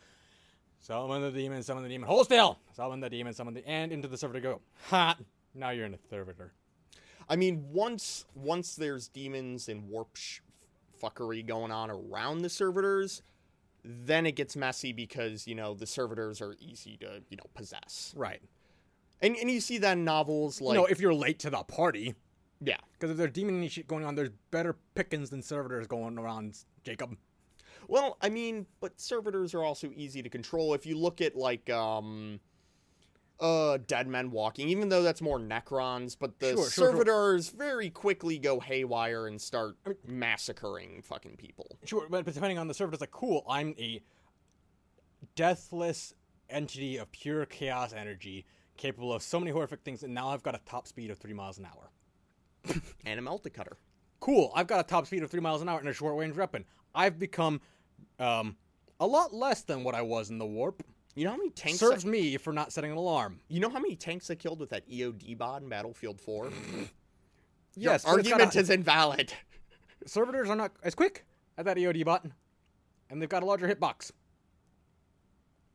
Speaker 1: Summon the demon, summon the demon. Hold still. Summon the demon, summon the and into the server to go. Ha! Now you're in a servitor.
Speaker 2: i mean once once there's demons and warp sh- fuckery going on around the servitors then it gets messy because you know the servitors are easy to you know possess
Speaker 1: Right.
Speaker 2: And and you see that in novels like
Speaker 1: no, if you're late to the party,
Speaker 2: yeah.
Speaker 1: because if there's demon shit going on, there's better pickings than servitors going around. Jacob.
Speaker 2: Well, I mean, but servitors are also easy to control. If you look at like um uh Dead Men Walking, even though that's more Necrons, but the
Speaker 1: Sure, sure, sure.
Speaker 2: servitors very quickly go haywire and start massacring fucking people.
Speaker 1: Sure, but but depending on the server, it's like, cool, I'm a deathless entity of pure chaos energy, capable of so many horrific things, and now I've got a top speed of three miles an hour.
Speaker 2: And a melta cutter.
Speaker 1: Cool, I've got a top speed of three miles an hour and a short range weapon. I've become um, a lot less than what I was in the warp.
Speaker 2: You know how many tanks
Speaker 1: Serves
Speaker 2: I,
Speaker 1: me for not setting an alarm.
Speaker 2: you know how many tanks I killed with that E EOD bod in Battlefield 4?
Speaker 1: Yes,
Speaker 2: Your
Speaker 1: but it's got
Speaker 2: argument
Speaker 1: a-
Speaker 2: is invalid.
Speaker 1: Servitors are not as quick at that EOD button, and they've got a larger hitbox.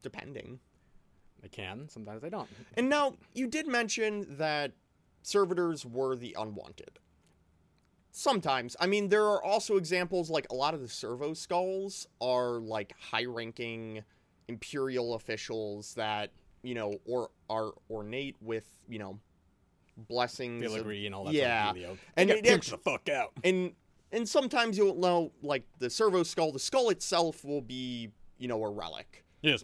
Speaker 2: Depending.
Speaker 1: They can, sometimes they don't.
Speaker 2: And now you did mention that servitors were the unwanted. Sometimes, I mean, there are also examples like a lot of the servo skulls are like high-ranking imperial officials that you know or are ornate with you know blessings. of-
Speaker 1: Filigree and all that
Speaker 2: yeah,
Speaker 1: sort of dealio.
Speaker 2: and
Speaker 1: They
Speaker 2: it
Speaker 1: get pinched
Speaker 2: actu-
Speaker 1: the fuck out.
Speaker 2: and and sometimes you'll know like the servo skull. The skull itself will be you know a relic
Speaker 1: Yes.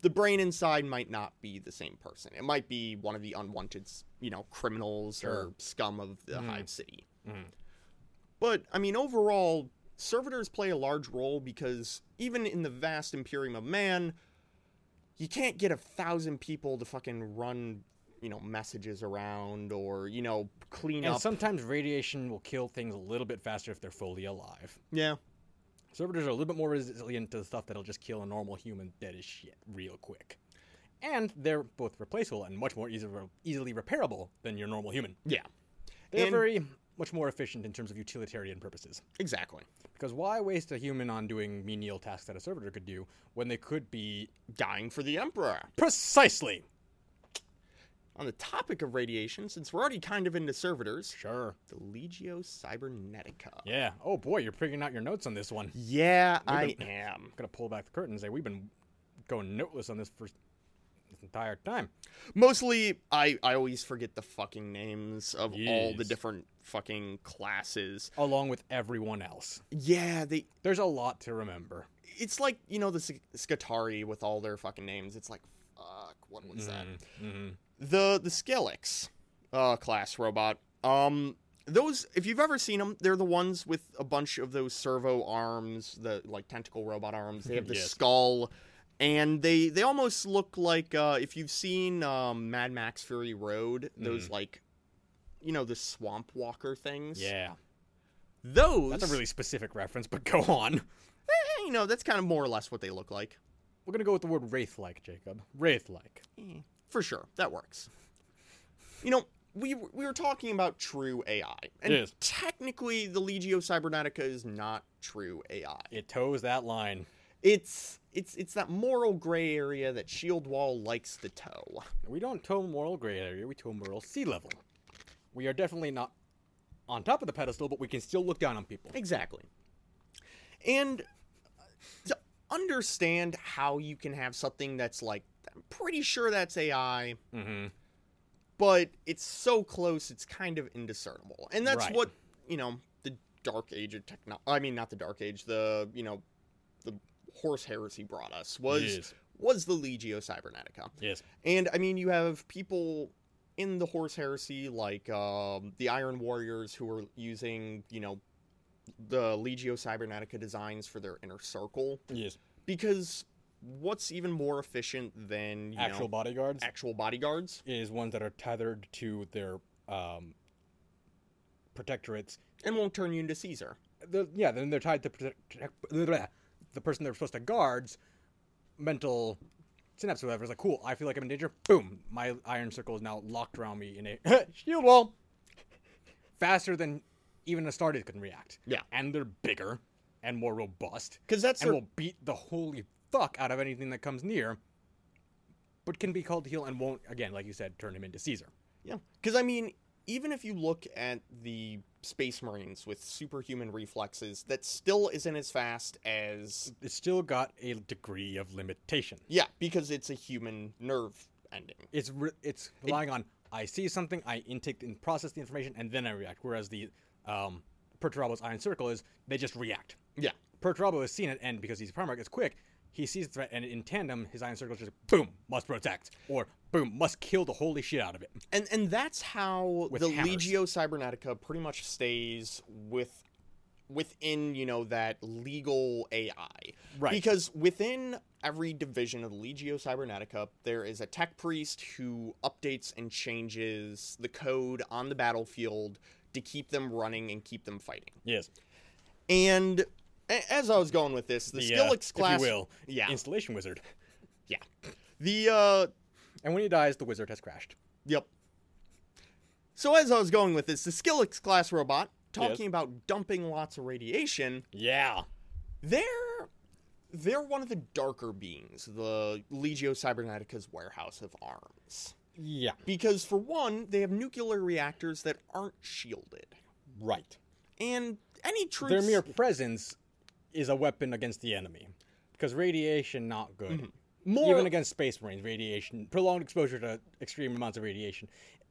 Speaker 2: the brain inside might not be the same person. It might be one of the unwanted, you know, criminals or
Speaker 1: Sure.
Speaker 2: scum of the
Speaker 1: Mhm.
Speaker 2: Hive City.
Speaker 1: Mhm.
Speaker 2: But I mean, overall, servitors play a large role because even in the vast Imperium of Man, you can't get a thousand people to fucking run, you know, messages around or you know, clean
Speaker 1: And
Speaker 2: up.
Speaker 1: sometimes radiation will kill things a little bit faster if they're fully alive.
Speaker 2: yeah,
Speaker 1: Servitors are a little bit more resilient to the stuff that'll just kill a normal human dead as shit real quick. And they're both replaceable and much more easy, easily repairable than your normal human.
Speaker 2: yeah,
Speaker 1: They're
Speaker 2: And-
Speaker 1: very much more efficient in terms of utilitarian purposes.
Speaker 2: exactly.
Speaker 1: Because why waste a human on doing menial tasks that a servitor could do when they could be
Speaker 2: Dying for the Emperor.
Speaker 1: precisely?
Speaker 2: On the topic of radiation, since we're already kind of into servitors,
Speaker 1: Sure.
Speaker 2: the Legio Cybernetica.
Speaker 1: Yeah. Oh boy, you're figuring out your notes on this one. I'm
Speaker 2: Yeah, I
Speaker 1: We've been-
Speaker 2: am.
Speaker 1: gonna pull back the curtain and say we've been going noteless on this for this entire time.
Speaker 2: Mostly, I I always forget the fucking names of all the
Speaker 1: Yes.
Speaker 2: different fucking classes.
Speaker 1: along with everyone else.
Speaker 2: Yeah, they.
Speaker 1: There's a lot to remember.
Speaker 2: It's like you know the Sk- Skatari with all their fucking names. It's like, fuck, what was that?
Speaker 1: Mm-hmm.
Speaker 2: The the Skelix, uh, class robot. Um, those if you've ever seen them, they're the ones with a bunch of those servo arms, the like tentacle robot arms. They have the
Speaker 1: Yes.
Speaker 2: skull. And they, they almost look like uh, if you've seen um, Mad Max Fury Road,
Speaker 1: Mm.
Speaker 2: those like you know the swamp walker things.
Speaker 1: Yeah,
Speaker 2: those.
Speaker 1: that's a really specific reference, but go on.
Speaker 2: eh, you know that's kind of more or less what they look like.
Speaker 1: We're gonna go with the word wraith-like, Jacob. Wraith-like.
Speaker 2: Mm. For sure, that works. You know, we we were talking about true AI, and
Speaker 1: Yes.
Speaker 2: technically, the Legio Cybernetica is not true AI.
Speaker 1: It toes that line.
Speaker 2: It's it's it's that moral gray area that Shield Wall likes to toe.
Speaker 1: We don't toe moral gray area. We toe moral sea level. We are definitely not on top of the pedestal, but we can still look down on people.
Speaker 2: Exactly. And uh, to understand how you can have something that's like, I'm pretty sure that's AI,
Speaker 1: Mm-hmm.
Speaker 2: but it's so close it's kind of indiscernible and that's
Speaker 1: Right.
Speaker 2: what you know the dark age of technology i mean not the dark age the you know the horse heresy brought us was
Speaker 1: Yes.
Speaker 2: was the legio cybernetica
Speaker 1: Yes.
Speaker 2: and i mean you have people in the Horse Heresy, like um, the Iron Warriors who were using, you know, the Legio Cybernetica designs for their inner circle.
Speaker 1: Yes.
Speaker 2: Because what's even more efficient than you
Speaker 1: Actual
Speaker 2: know,
Speaker 1: bodyguards
Speaker 2: actual bodyguards?
Speaker 1: is ones that are tethered to their um, protectorates.
Speaker 2: And won't turn you into Caesar.
Speaker 1: They're, yeah, then they're tied to protect, the person they're supposed to guard's mental synapse or whatever. It's like, cool, I feel like I'm in danger. Boom, my iron circle is now locked around me in a shield wall. Faster than even a Astartes can react.
Speaker 2: Yeah.
Speaker 1: And they're bigger and more robust.
Speaker 2: Because that's
Speaker 1: and
Speaker 2: their,
Speaker 1: will beat the holy fuck out of anything that comes near, but can be called to heal and won't, again, like you said, turn him into Caesar.
Speaker 2: yeah. Because I mean, even if you look at the Space Marines with superhuman reflexes, that still isn't as fast as
Speaker 1: It's still got a degree of limitation.
Speaker 2: yeah, because it's a human nerve ending.
Speaker 1: It's re- it's relying on I see something, I intake and process the information, and then I react. Whereas the um, Perturbo's Iron Circle is they just react.
Speaker 2: Yeah,
Speaker 1: Perturabo has seen it, and because he's Primarch, it's quick. He sees the threat, and in tandem, his Iron Circle is just boom must protect or boom must kill the holy shit out of it.
Speaker 2: and and that's how
Speaker 1: With
Speaker 2: the
Speaker 1: hammers.
Speaker 2: Legio Cybernetica pretty much stays with within you know that legal AI,
Speaker 1: Right.
Speaker 2: Because within every division of the Legio Cybernetica, there is a tech priest who updates and changes the code on the battlefield to keep them running and keep them fighting.
Speaker 1: Yes,
Speaker 2: And a- as I was going with this, the,
Speaker 1: the, uh,
Speaker 2: Skillix class,
Speaker 1: if you will,
Speaker 2: yeah,
Speaker 1: installation wizard.
Speaker 2: yeah, the uh,
Speaker 1: And when he dies, the wizard has crashed.
Speaker 2: Yep. So as I was going with this, the Skillix class robot talking
Speaker 1: Yes.
Speaker 2: about dumping lots of radiation,
Speaker 1: Yeah.
Speaker 2: they're they're one of the darker beings the Legio Cybernetica's warehouse of arms.
Speaker 1: Yeah.
Speaker 2: Because for one, they have nuclear reactors that aren't shielded.
Speaker 1: Right.
Speaker 2: And any troops
Speaker 1: Their mere presence is a weapon against the enemy because radiation not good.
Speaker 2: more
Speaker 1: Mm-hmm. Even against space marines, radiation, prolonged exposure to extreme amounts of radiation,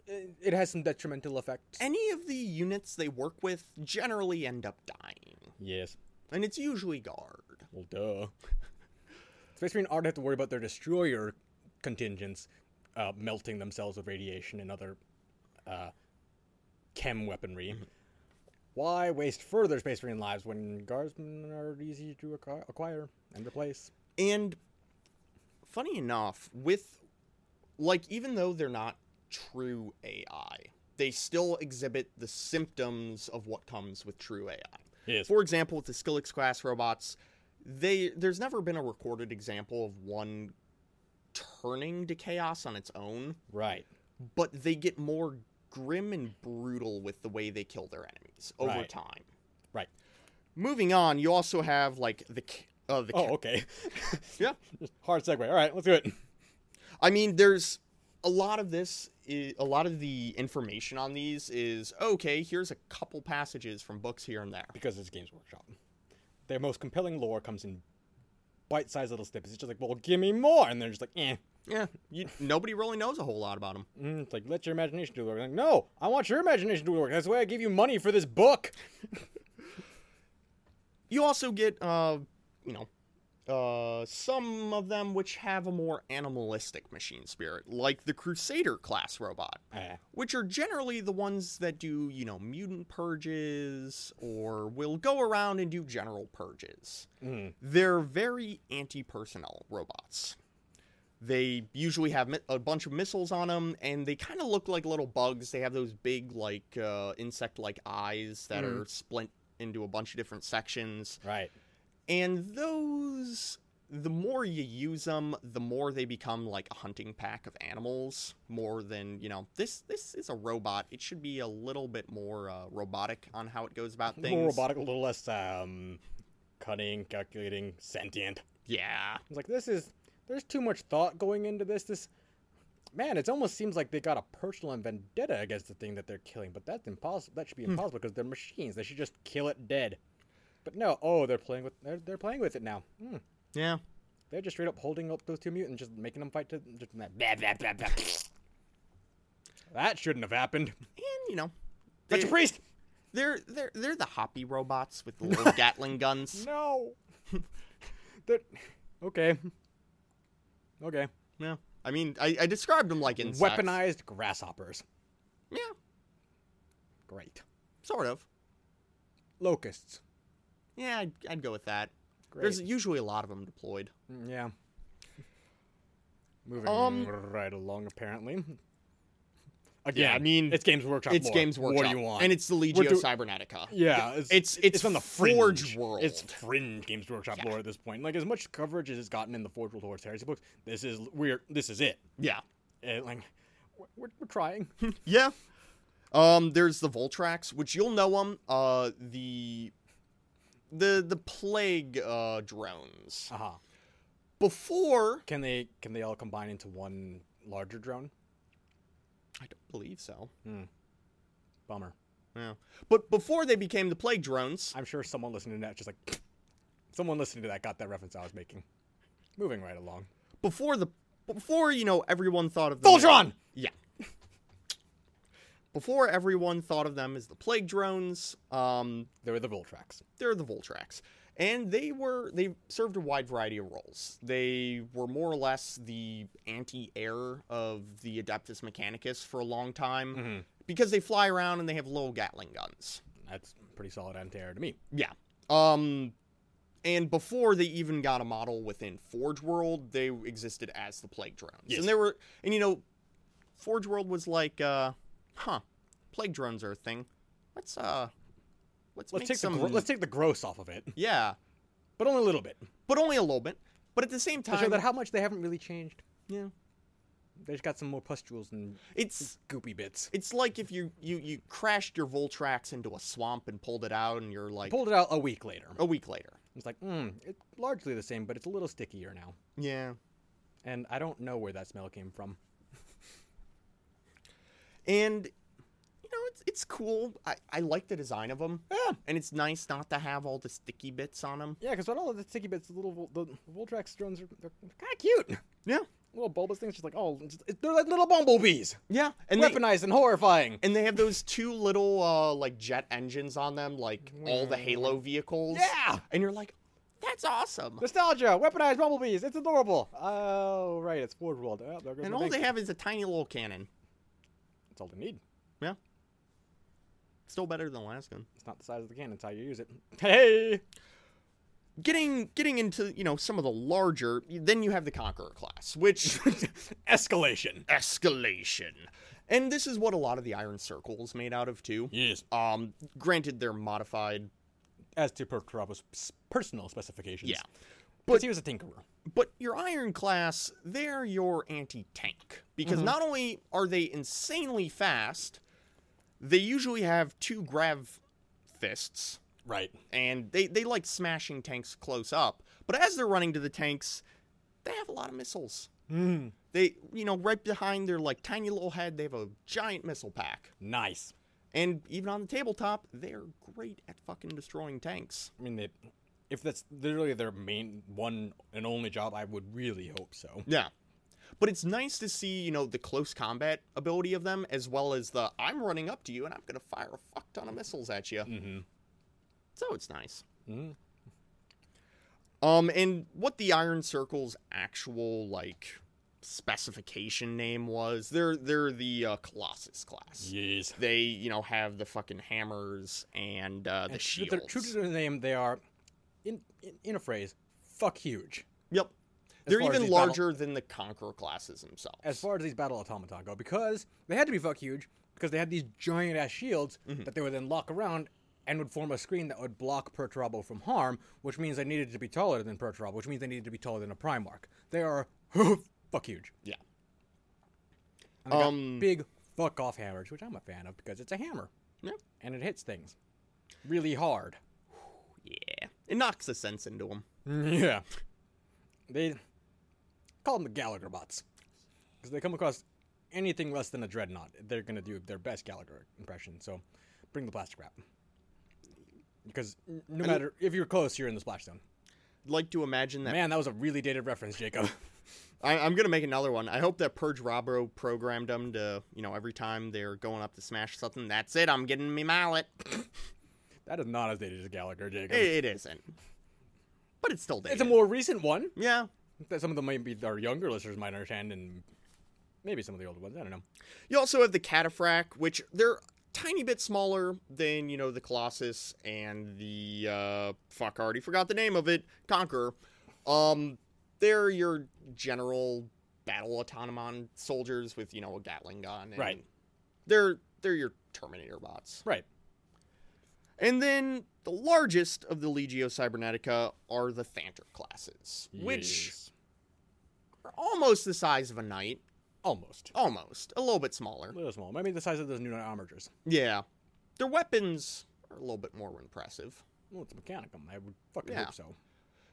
Speaker 1: i- it has some detrimental effects.
Speaker 2: any of the units they work with generally end up dying.
Speaker 1: yes.
Speaker 2: And it's usually guard.
Speaker 1: Well, duh. space marine aren't have to worry about their destroyer contingents uh, melting themselves with radiation and other uh, chem weaponry. Why waste further space marine lives when guardsmen are easy to acqui- acquire and replace?
Speaker 2: And funny enough, with like even though they're not true AI, they still exhibit the symptoms of what comes with true AI.
Speaker 1: Yes.
Speaker 2: For example, with the Skillix class robots, they there's never been a recorded example of one turning to chaos on its own,
Speaker 1: Right.
Speaker 2: but they get more grim and brutal with the way they kill their enemies over
Speaker 1: Right.
Speaker 2: time.
Speaker 1: Right.
Speaker 2: Moving on, you also have like the ca- uh, the ca-
Speaker 1: Oh, okay.
Speaker 2: yeah.
Speaker 1: Hard segue. All right, let's do it.
Speaker 2: I mean, there's a lot of this. i a lot of the information on these is okay. Here's a couple passages from books here and there.
Speaker 1: Because it's Games Workshop. Their most compelling lore comes in bite-sized little snippets. It's just like, well, give me more, and they're just like, eh.
Speaker 2: Yeah, you, nobody really knows a whole lot about them.
Speaker 1: Mm, it's like, let your imagination do the work. Like, no, I want your imagination to do the work. That's why I gave you money for this book.
Speaker 2: You also get, uh, you know, uh, some of them which have a more animalistic machine spirit, like the Crusader class robot,
Speaker 1: Eh,
Speaker 2: which are generally the ones that do, you know, mutant purges or will go around and do general purges.
Speaker 1: mm,
Speaker 2: They're very anti personnel robots. They usually have mi- a bunch of missiles on them, and they kind of look like little bugs. They have those big, like, uh, insect like eyes that
Speaker 1: Mhm.
Speaker 2: are split into a bunch of different sections.
Speaker 1: right.
Speaker 2: And those, the more you use them, the more they become like a hunting pack of animals, more than, you know, this this is a robot. It should be a little bit more uh, robotic on how it goes about
Speaker 1: A
Speaker 2: things.
Speaker 1: little robotic, a little less um, cunning, calculating, sentient.
Speaker 2: Yeah.
Speaker 1: It's like, this is, there's too much thought going into this. This, man, it almost seems like they got a personal vendetta against the thing that they're killing, but that's impossible. That should
Speaker 2: Hmm.
Speaker 1: be impossible because they're machines. They should just kill it dead. But no, oh, they're playing with, they're, they're playing with it now. Hmm.
Speaker 2: Yeah.
Speaker 1: They're just straight up holding up those two mutants, just making them fight to, just blah, blah, blah, blah, blah. That shouldn't have happened.
Speaker 2: And, you know,
Speaker 1: That's
Speaker 2: they-
Speaker 1: a priest!
Speaker 2: They're they're they're the hoppy robots with the little Gatling guns.
Speaker 1: No. That- okay. Okay.
Speaker 2: Yeah. I mean, I, I described them like insects.
Speaker 1: Weaponized grasshoppers.
Speaker 2: Yeah,
Speaker 1: Great.
Speaker 2: sort of.
Speaker 1: Locusts.
Speaker 2: Yeah, I'd, I'd go with that.
Speaker 1: Great.
Speaker 2: There's usually a lot of them deployed.
Speaker 1: Mm, Yeah. Moving
Speaker 2: Um,
Speaker 1: right along, apparently. Again,
Speaker 2: Yeah, I mean,
Speaker 1: it's Games Workshop.
Speaker 2: It's
Speaker 1: lore.
Speaker 2: Games Workshop.
Speaker 1: What do you want?
Speaker 2: And it's the Legio
Speaker 1: do-
Speaker 2: Cybernetica.
Speaker 1: yeah,
Speaker 2: it's it's,
Speaker 1: from the
Speaker 2: Forge
Speaker 1: fringe.
Speaker 2: world.
Speaker 1: It's fringe Games Workshop
Speaker 2: Yeah.
Speaker 1: lore at this point. Like as much coverage as it's gotten in the Forge World Horse Heresy books, this is we're this is it.
Speaker 2: yeah,
Speaker 1: And, like we're, we're, we're trying.
Speaker 2: yeah. Um, there's the Voltrax, which you'll know them. Uh, the the the plague uh drones.
Speaker 1: uh-huh.
Speaker 2: Before,
Speaker 1: Can they can they all combine into one larger drone?
Speaker 2: I don't believe so.
Speaker 1: Bummer.
Speaker 2: Yeah, but before they became the plague drones.
Speaker 1: I'm sure someone listening to that just like someone listening to that got that reference I was making. Moving right along.
Speaker 2: Before the before you know everyone thought of them.
Speaker 1: Voltron.
Speaker 2: Yeah. Before everyone thought of them as the plague drones, um,
Speaker 1: They were the Voltrax.
Speaker 2: they're the Voltrax. And they were they served a wide variety of roles. They were more or less the anti-air of the Adeptus Mechanicus for a long time because they fly around and they have little Gatling guns.
Speaker 1: That's pretty solid anti-air to me.
Speaker 2: Yeah. Um and before they even got a model within Forge World, they existed as the plague drones.
Speaker 1: Yes.
Speaker 2: And they were and you know Forge World was like uh huh, plague drones are a thing. Let's uh let's,
Speaker 1: Let's
Speaker 2: make
Speaker 1: take
Speaker 2: some
Speaker 1: the gro- let's take the gross off of it,
Speaker 2: Yeah.
Speaker 1: but only a little bit
Speaker 2: but only a little bit. But at the same
Speaker 1: to show
Speaker 2: time,
Speaker 1: that how much they haven't really changed.
Speaker 2: yeah,
Speaker 1: They just got some more pustules and
Speaker 2: it's
Speaker 1: goopy bits.
Speaker 2: it's like if you you you crashed your Voltrax into a swamp and pulled it out, and you're like
Speaker 1: Pulled it out a week later.
Speaker 2: a week later.
Speaker 1: It's like, mm, it's largely the same, but it's a little stickier now.
Speaker 2: Yeah,
Speaker 1: And I don't know where that smell came from.
Speaker 2: and you know it's it's cool. I I like the design of them,
Speaker 1: Yeah,
Speaker 2: and it's nice not to have all the sticky bits on them.
Speaker 1: yeah, because all of the sticky bits, the little Vol- the Voltrax drones are they're kind of cute.
Speaker 2: Yeah,
Speaker 1: Little bulbous things, just like oh, it's, it's- they're like little bumblebees,
Speaker 2: yeah, and they,
Speaker 1: weaponized and horrifying.
Speaker 2: and they have those two little uh like jet engines on them, like all the Halo vehicles.
Speaker 1: Yeah,
Speaker 2: and you're like, that's awesome.
Speaker 1: nostalgia, weaponized bumblebees. It's adorable. Oh right, it's Forge World. Oh, there goes
Speaker 2: And
Speaker 1: my
Speaker 2: all
Speaker 1: bank.
Speaker 2: they have is a tiny little cannon.
Speaker 1: That's all they need.
Speaker 2: Yeah. Still better than the last gun.
Speaker 1: It's not the size of the cannon; it's how you use it. Hey,
Speaker 2: Getting getting into, you know, some of the larger then you have the Conqueror class, which
Speaker 1: escalation.
Speaker 2: escalation. And this is what a lot of the Iron Circle is made out of too.
Speaker 1: Yes,
Speaker 2: Um granted they're modified,
Speaker 1: as to Perturabo's personal specifications.
Speaker 2: Yeah.
Speaker 1: but he was a tinkerer.
Speaker 2: but your Iron class, they're your anti-tank. Because not only are they insanely fast, they usually have two grav fists.
Speaker 1: Right.
Speaker 2: and they, they like smashing tanks close up. But as they're running to the tanks, they have a lot of missiles. They, you know, right behind their like tiny little head, they have a giant missile pack.
Speaker 1: Nice.
Speaker 2: And even on the tabletop, they're great at fucking destroying tanks.
Speaker 1: I mean, they, if that's literally their main one and only job, I would really hope so.
Speaker 2: Yeah. But it's nice to see, you know, the close combat ability of them, as well as the I'm running up to you and I'm going to fire a fuck ton of missiles at you. Mm-hmm. So it's nice.
Speaker 1: Mhm.
Speaker 2: Um, and what the Iron Circle's actual like specification name was? They're they're the uh, Colossus class.
Speaker 1: Yes.
Speaker 2: They you know have the fucking hammers and uh, the
Speaker 1: True
Speaker 2: shields.
Speaker 1: to, their, true to their name, they are, in, in, in a phrase, fuck huge.
Speaker 2: Yep. They're
Speaker 1: far as
Speaker 2: even
Speaker 1: these battle-
Speaker 2: larger than the Conqueror classes themselves.
Speaker 1: As far as these battle automaton go, because they had to be fuck huge, because they had these giant ass shields
Speaker 2: Mm-hmm.
Speaker 1: that they would then lock around and would form a screen that would block Perturabo from harm, which means they needed to be taller than Perturabo, which means they needed to be taller than a Primarch. They are fuck huge.
Speaker 2: yeah.
Speaker 1: And they got
Speaker 2: Um,
Speaker 1: big fuck off hammers, which I'm a fan of because it's a hammer
Speaker 2: Yeah.
Speaker 1: and it hits things really hard.
Speaker 2: Yeah. It knocks the sense into them.
Speaker 1: Yeah. They call them the Gallagher bots. Because they come across anything less than a dreadnought. They're going to do their best Gallagher impression. So bring the plastic wrap. Because n- no matter if you're close, you're in the splash zone.
Speaker 2: Like to imagine that.
Speaker 1: Man, that was a really dated reference, Jacob.
Speaker 2: I, I'm gonna make another one. I hope that Purge Robro programmed them to, you know, every time they're going up to smash something. That's it. I'm getting me mallet.
Speaker 1: that is not as dated as Gallagher, Jacob.
Speaker 2: It, it isn't. But it's still there.
Speaker 1: It's a more recent one.
Speaker 2: yeah.
Speaker 1: that some of them maybe our younger listeners might understand, and maybe some of the older ones. I don't know.
Speaker 2: You also have the cataphract, which they're tiny bit smaller than you know the colossus and the uh, fuck. I already forgot the name of it. Conqueror. Um, they're your general battle autonomon soldiers with you know a Gatling gun. and
Speaker 1: Right.
Speaker 2: They're they're your Terminator bots.
Speaker 1: Right.
Speaker 2: And then the largest of the Legio Cybernetica are the Thanter classes, which
Speaker 1: Yes.
Speaker 2: are almost the size of a knight.
Speaker 1: almost
Speaker 2: Almost. A little bit smaller.
Speaker 1: a little small, maybe the size of those new armatures.
Speaker 2: Yeah. Their weapons are a little bit more impressive.
Speaker 1: Well, it's mechanicum. I would fucking
Speaker 2: Yeah.
Speaker 1: hope so.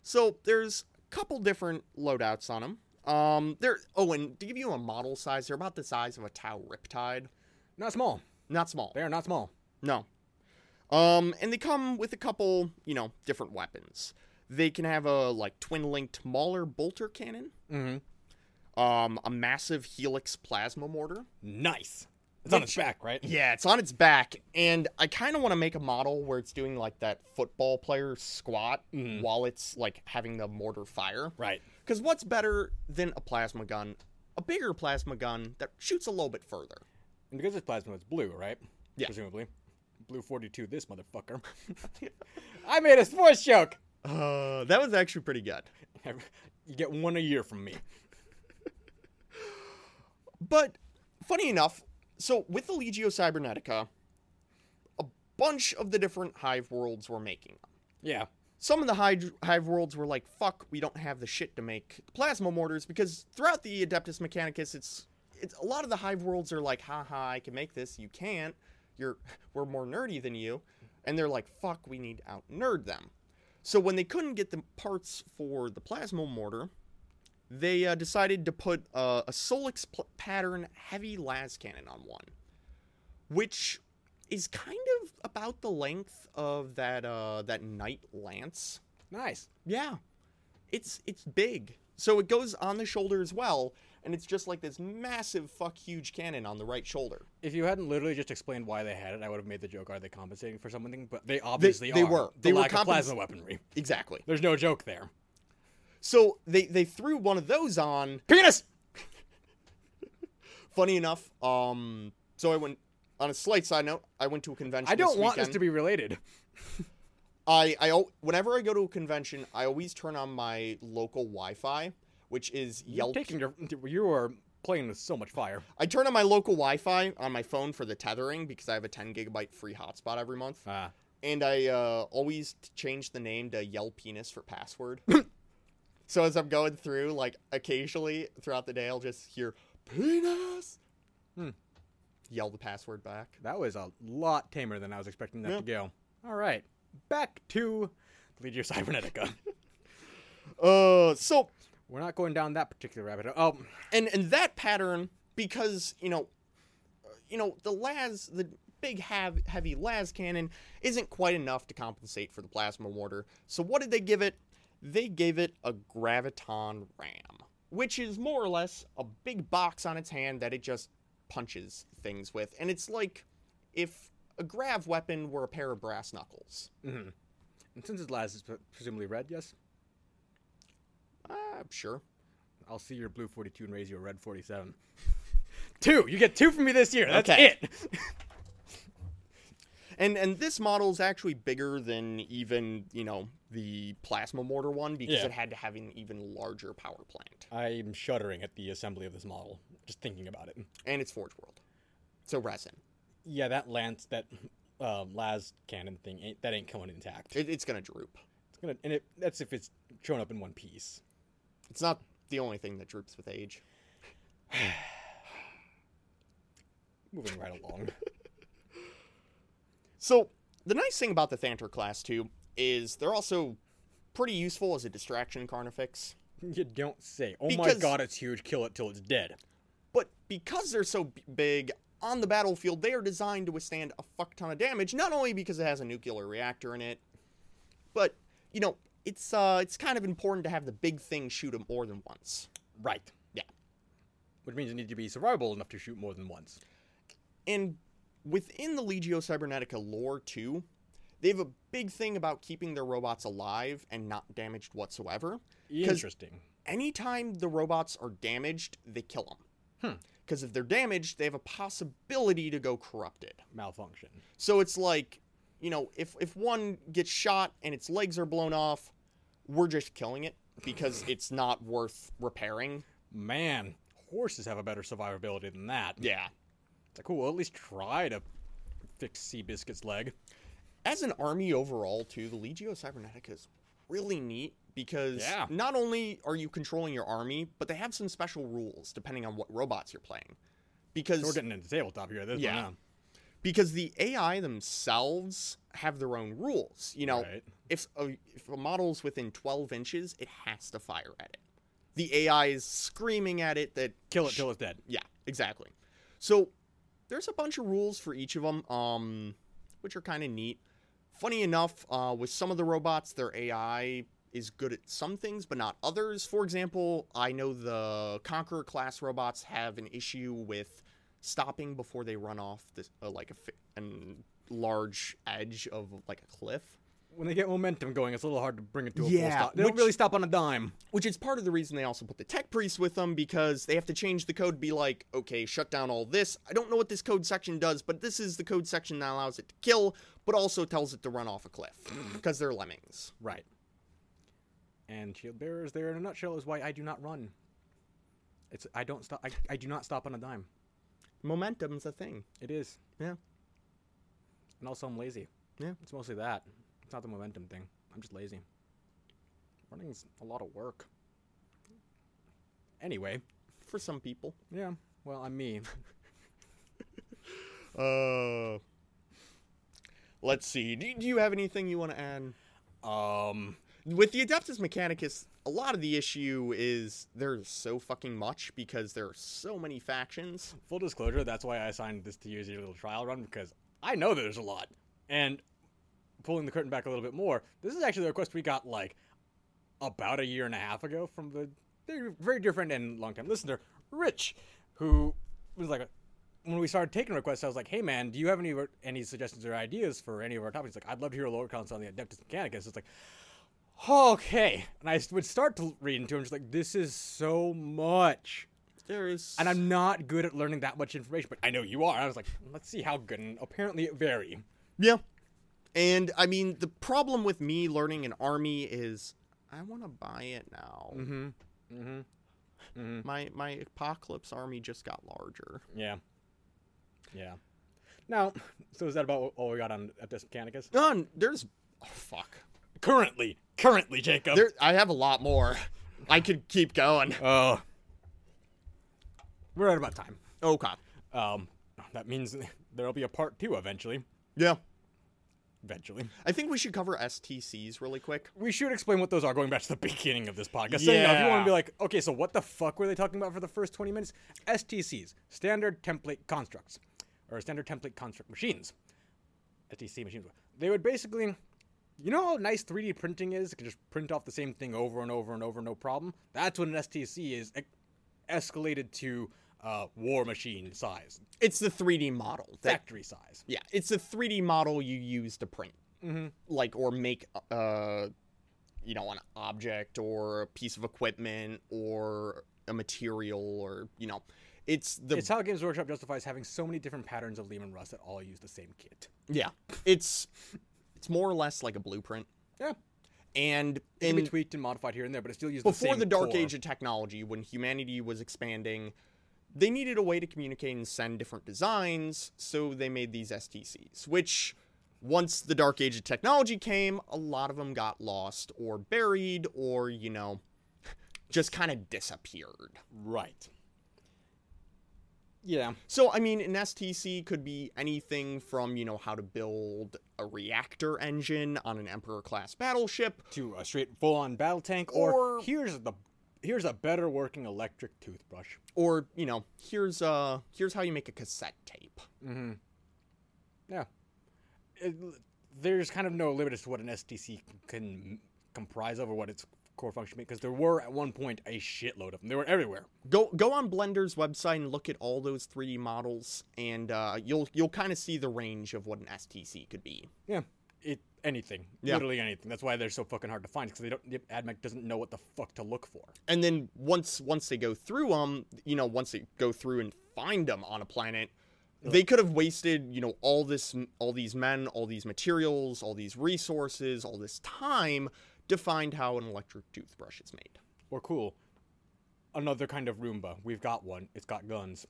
Speaker 2: So there's a couple different loadouts on them. Um, they're oh, and to give you a model size, they're about the size of a Tau Riptide.
Speaker 1: Not small.
Speaker 2: Not small.
Speaker 1: They are not small.
Speaker 2: No. Um, and they come with a couple, you know, different weapons. They can have a like twin-linked Mauler bolter cannon,
Speaker 1: Mm-hmm.
Speaker 2: um, a massive Helix plasma mortar.
Speaker 1: Nice. It's on its back, right?
Speaker 2: Yeah, it's on its back, and I kind of want to make a model where it's doing like that football player squat
Speaker 1: Mhm.
Speaker 2: while it's like having the mortar fire.
Speaker 1: Right.
Speaker 2: Because what's better than a plasma gun? A bigger plasma gun that shoots a little bit further.
Speaker 1: And because this plasma is blue, right?
Speaker 2: Yeah.
Speaker 1: Presumably. Blue 42, this motherfucker. I made a sports joke.
Speaker 2: Uh, that was actually pretty good.
Speaker 1: You get one a year from me.
Speaker 2: But funny enough, so with the Legio Cybernetica, a bunch of the different hive worlds were making them.
Speaker 1: Yeah.
Speaker 2: Some of the hive, hive worlds were like, fuck, we don't have the shit to make plasma mortars because throughout the Adeptus Mechanicus, it's, it's a lot of the hive worlds are like, haha, I can make this, you can't. You're we're more nerdy than you. And they're like, fuck, we need to out nerd them. So when they couldn't get the parts for the plasma mortar, they uh, decided to put uh, a Solix pl- pattern heavy las cannon on one, which is kind of about the length of that uh, that knight lance.
Speaker 1: Nice.
Speaker 2: Yeah, it's it's big, so it goes on the shoulder as well, and it's just like this massive fuck huge cannon on the right shoulder.
Speaker 1: If you hadn't literally just explained why they had it, I would have made the joke, are they compensating for something? But they obviously
Speaker 2: they
Speaker 1: are.
Speaker 2: were.
Speaker 1: The
Speaker 2: They were
Speaker 1: lack
Speaker 2: compens-
Speaker 1: of plasma weaponry.
Speaker 2: Exactly.
Speaker 1: There's no joke there.
Speaker 2: So they they threw one of those on.
Speaker 1: Penis!
Speaker 2: Funny enough, um, so I went on a slight side note. I went to a convention.
Speaker 1: I don't
Speaker 2: this
Speaker 1: want
Speaker 2: weekend.
Speaker 1: this to be related.
Speaker 2: I, I al- whenever I go to a convention, I always turn on my local Wi-Fi, which is Yelp.
Speaker 1: Taking your, you are playing with so much fire.
Speaker 2: I turn on my local Wi-Fi on my phone for the tethering because I have a 10 gigabyte free hotspot every month,
Speaker 1: Uh,
Speaker 2: and I uh, always t- change the name to Yell Penis for password. so as I'm going through, like occasionally throughout the day, I'll just hear penis.
Speaker 1: Hmm.
Speaker 2: Yell the password back.
Speaker 1: That was a lot tamer than I was expecting that
Speaker 2: Yeah.
Speaker 1: to go. All right, back to the Legio Cybernetica.
Speaker 2: Uh, so
Speaker 1: We're not going down that particular rabbit hole. Oh,
Speaker 2: and and that pattern because you know uh, you know the las the big have, heavy las cannon isn't quite enough to compensate for the plasma mortar so what did they give it they gave it a graviton ram which is more or less a big box on its hand that it just punches things with and it's like if a grav weapon were a pair of brass knuckles
Speaker 1: and since his last is pre- presumably red, yes?
Speaker 2: uh, sure
Speaker 1: I'll see your blue 42 and raise you a red 47. two! You get two from me this year. That's
Speaker 2: Okay.
Speaker 1: it!
Speaker 2: And and this model is actually bigger than even you know the plasma mortar one because
Speaker 1: Yeah.
Speaker 2: it had to have an even larger power plant,
Speaker 1: I'm shuddering at the assembly of this model, just thinking about it.
Speaker 2: and it's Forge World, so resin.
Speaker 1: Yeah, that Lance, that um, Laz cannon thing, ain't, that ain't coming intact.
Speaker 2: It, it's gonna droop.
Speaker 1: It's gonna, and it, that's if it's shown up in one piece.
Speaker 2: It's not the only thing that droops with age.
Speaker 1: Moving right along.
Speaker 2: So the nice thing about the Thantor class too is they're also pretty useful as a distraction carnifex.
Speaker 1: You don't say. Oh my
Speaker 2: Because-
Speaker 1: god, it's huge. Kill it till it's dead.
Speaker 2: But because they're so b- big on the battlefield, they are designed to withstand a fuck ton of damage. Not only because it has a nuclear reactor in it, but you know, it's uh, it's kind of important to have the big thing shoot them more than once.
Speaker 1: Right.
Speaker 2: Yeah,
Speaker 1: Which means you need to be survivable enough to shoot more than once.
Speaker 2: and within the Legio Cybernetica lore too, they have a big thing about keeping their robots alive and not damaged whatsoever.
Speaker 1: Interesting.
Speaker 2: anytime the robots are damaged, they kill them.
Speaker 1: Hmm.
Speaker 2: Because if they're damaged, they have a possibility to go corrupted.
Speaker 1: malfunction.
Speaker 2: So it's like, you know, if if one gets shot and its legs are blown off, we're just killing it because it's not worth repairing.
Speaker 1: Man, horses have a better survivability than that.
Speaker 2: Yeah.
Speaker 1: It's like, cool, well, at least try to fix Seabiscuit's leg.
Speaker 2: As an army overall, too, the Legio Cybernetica is really neat because
Speaker 1: Yeah.
Speaker 2: not only are you controlling your army, but they have some special rules depending on what robots you're playing. Because
Speaker 1: So we're getting into tabletop here. This one,
Speaker 2: Yeah.
Speaker 1: huh?
Speaker 2: because the AI themselves have their own rules. You know,
Speaker 1: Right.
Speaker 2: if a, if a model's within 12 inches, it has to fire at it. The AI is screaming at it that
Speaker 1: Kill it till it's dead.
Speaker 2: yeah, exactly. So there's a bunch of rules for each of them, um, which are kind of neat. Funny enough, uh, with some of the robots, their AI is good at some things, but not others. For example, I know the Conqueror class robots have an issue with stopping before they run off this, uh, like a fi- an large edge of like a cliff.
Speaker 1: When they get momentum going, it's a little hard to bring it to a full
Speaker 2: Yeah,
Speaker 1: stop. They don't
Speaker 2: which-
Speaker 1: really stop on a dime.
Speaker 2: which is part of the reason they also put the tech priests with them because they have to change the code to be like okay shut down all this i don't know what this code section does but this is the code section that allows it to kill but also tells it to run off a cliff because they're lemmings
Speaker 1: Right. And shield bearers there in a nutshell is why I do not run. It's I don't stop. I, I do not stop on a dime.
Speaker 2: momentum's a thing
Speaker 1: It is.
Speaker 2: yeah
Speaker 1: And also, I'm lazy.
Speaker 2: Yeah.
Speaker 1: It's mostly that. It's not the momentum thing. I'm just lazy. Running's a lot of work. Anyway,
Speaker 2: for some people
Speaker 1: yeah. Well, I'm me.
Speaker 2: uh let's see do, do you have anything you want to add
Speaker 1: um.
Speaker 2: with the adeptus mechanicus a lot of the issue is there's so fucking much because there are so many factions
Speaker 1: Full disclosure, that's why I assigned this to you as your little trial run because I know there's a lot. And pulling the curtain back a little bit more, this is actually the request we got like about a year and a half ago from the very- very different and longtime listener, Rich, who was like, when we started taking requests, I was like, "Hey man, do you have any any suggestions or ideas for any of our topics?" Like, I'd love to hear a lore council on the Adeptus Mechanicus. It's like, okay, and I would start to read into him, just like, "This is so much."
Speaker 2: there is
Speaker 1: and I'm not good at learning that much information, but I know you are. I was like, let's see how good. And apparently, it vary.
Speaker 2: Yeah. And I mean, the problem with me learning an army is I want to buy it now.
Speaker 1: Mm-hmm. Mm-hmm.
Speaker 2: My my apocalypse army just got larger.
Speaker 1: Yeah. Yeah. Now, so is that about all we got on Eptis Mechanicus?
Speaker 2: Done. There's oh, fuck.
Speaker 1: Currently, currently, Jacob.
Speaker 2: There I have a lot more. I could keep going.
Speaker 1: Oh. We're out about time.
Speaker 2: Okay.
Speaker 1: Um, that means there'll be a part two eventually.
Speaker 2: Yeah.
Speaker 1: Eventually,
Speaker 2: I think we should cover STCs really quick.
Speaker 1: we should explain what those are. Going back to the beginning of this podcast, so you know, if you want
Speaker 2: Yeah.
Speaker 1: to be like, okay, so what the fuck were they talking about for the first twenty minutes? STCs, standard template constructs, or standard template construct machines. STC machines. They would basically, you know how nice 3D printing is? You can just print off the same thing over and over and over, no problem. That's what an STC is e- escalated to uh, war machine size,
Speaker 2: It's the 3D model. That,
Speaker 1: factory size.
Speaker 2: yeah, it's the 3D model you use to print. Like or make uh you know, an object or a piece of equipment or a material or, you know, it's the
Speaker 1: It's how Games Workshop justifies having so many different patterns of Lehman Rust that all use the same kit.
Speaker 2: yeah. It's it's more or less like a blueprint.
Speaker 1: Yeah.
Speaker 2: And
Speaker 1: It can be
Speaker 2: in
Speaker 1: tweaked and modified here and there, but it still uses the
Speaker 2: before
Speaker 1: same
Speaker 2: the dark
Speaker 1: core.
Speaker 2: age of technology when humanity was expanding, they needed a way to communicate and send different designs, so they made these STCs, which once the dark age of technology came, a lot of them got lost or buried or, you know, just kind of disappeared.
Speaker 1: Right. Yeah.
Speaker 2: So, I mean, an STC could be anything from, you know, how to build a reactor engine on an Emperor class battleship.
Speaker 1: To a straight full-on battle tank, or,
Speaker 2: Or-
Speaker 1: here's the here's a better working electric toothbrush.
Speaker 2: Or, you know, here's uh here's how you make a cassette tape.
Speaker 1: Mm-hmm. Yeah. It, there's kind of no limit as to what an STC can comprise of or what its core function because there were at one point a shitload of them. They were everywhere.
Speaker 2: Go go on Blender's website and look at all those 3D models and uh, you'll you'll kind of see the range of what an STC could be.
Speaker 1: Yeah. It anything,
Speaker 2: Yeah.
Speaker 1: literally anything. That's why they're so fucking hard to find because they don't. Admech doesn't know what the fuck to look for.
Speaker 2: and then once once they go through them, you know, once they go through and find them on a planet, they could have wasted, you know, all this, all these men, all these materials, all these resources, all this time to find how an electric toothbrush is made.
Speaker 1: Or cool, another kind of Roomba. We've got one. It's got guns.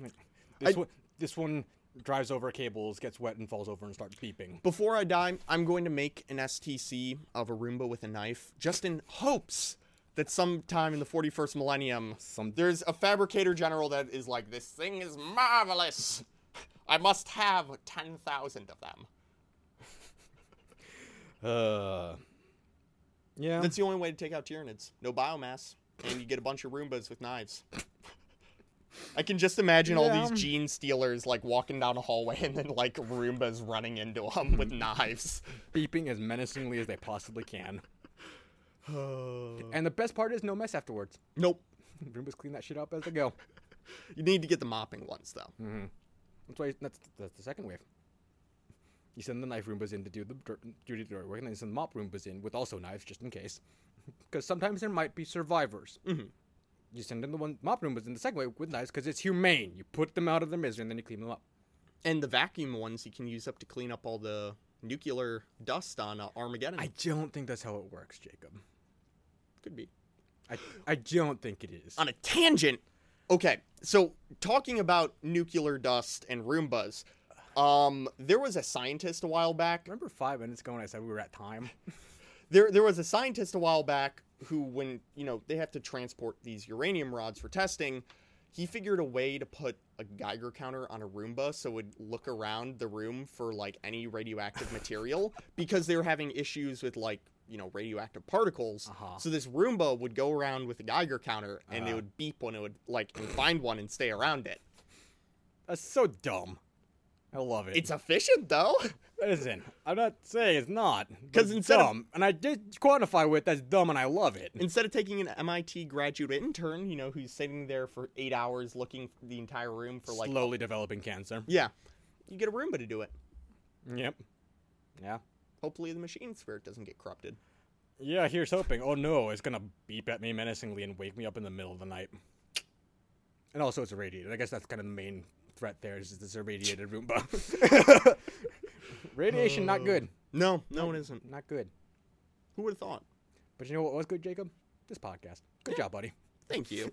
Speaker 1: Like, this,
Speaker 2: I-
Speaker 1: one, this one drives over cables, gets wet, and falls over and starts beeping.
Speaker 2: Before I die, I'm going to make an STC of a Roomba with a knife, just in hopes that sometime in the 41st millennium,
Speaker 1: Some
Speaker 2: there's a fabricator general that is like, this thing is marvelous. I must have 10,000 of them.
Speaker 1: Uh, yeah.
Speaker 2: That's the only way to take out Tyranids. No biomass, and you get a bunch of Roombas with knives. I can just imagine all
Speaker 1: Yeah.
Speaker 2: these gene stealers like walking down a hallway and then like Roombas running into them with knives.
Speaker 1: beeping as menacingly as they possibly can. and the best part is no mess afterwards.
Speaker 2: nope.
Speaker 1: Roombas clean that shit up as they go.
Speaker 2: You need to get the mopping ones though.
Speaker 1: That's why that's, that's the second wave. You send the knife Roombas in to do the dirt, duty dirt work, and then you send the mop Roombas in with also knives just in case, because sometimes there might be survivors.
Speaker 2: Mm-hmm.
Speaker 1: You send in the one mop Roombas in the second wave with knives because it's humane. You put them out of their misery and then you clean them up.
Speaker 2: And the vacuum ones you can use up to clean up all the nuclear dust on uh, Armageddon.
Speaker 1: I don't think that's how it works, Jacob.
Speaker 2: could be.
Speaker 1: I I don't think it is.
Speaker 2: on a tangent. Okay, so talking about nuclear dust and Roombas, um, there was a scientist a while back.
Speaker 1: Remember five minutes ago when I said we were at time?
Speaker 2: There, there was a scientist a while back who, when you know they have to transport these uranium rods for testing, he figured a way to put a Geiger counter on a Roomba so it would look around the room for like any radioactive material because they were having issues with like you know radioactive particles.
Speaker 1: Uh-huh.
Speaker 2: So this Roomba would go around with a Geiger counter and it
Speaker 1: Uh-huh.
Speaker 2: would beep when it would like and find one and stay around it.
Speaker 1: That's so dumb. I love it.
Speaker 2: It's efficient though.
Speaker 1: Listen, I'm not saying it's not.
Speaker 2: 'Cause
Speaker 1: Because it's
Speaker 2: instead of-
Speaker 1: dumb. And I did quantify with that's dumb and I love it.
Speaker 2: Instead of taking an MIT graduate intern, you know, who's sitting there for eight hours looking for the entire room for like
Speaker 1: Slowly developing cancer.
Speaker 2: Yeah. You get a Roomba to do it.
Speaker 1: Yep. Yeah.
Speaker 2: Hopefully the machine spirit doesn't get corrupted.
Speaker 1: Yeah, here's hoping. Oh no, it's gonna beep at me menacingly and wake me up in the middle of the night. And also it's irradiated. I guess that's kind of the main threat there is this irradiated Roomba. Radiation not good.
Speaker 2: No, no it isn't.
Speaker 1: Not good.
Speaker 2: Who would have thought?
Speaker 1: But you know what was good, Jacob? This podcast. Good job, buddy.
Speaker 2: Thank you.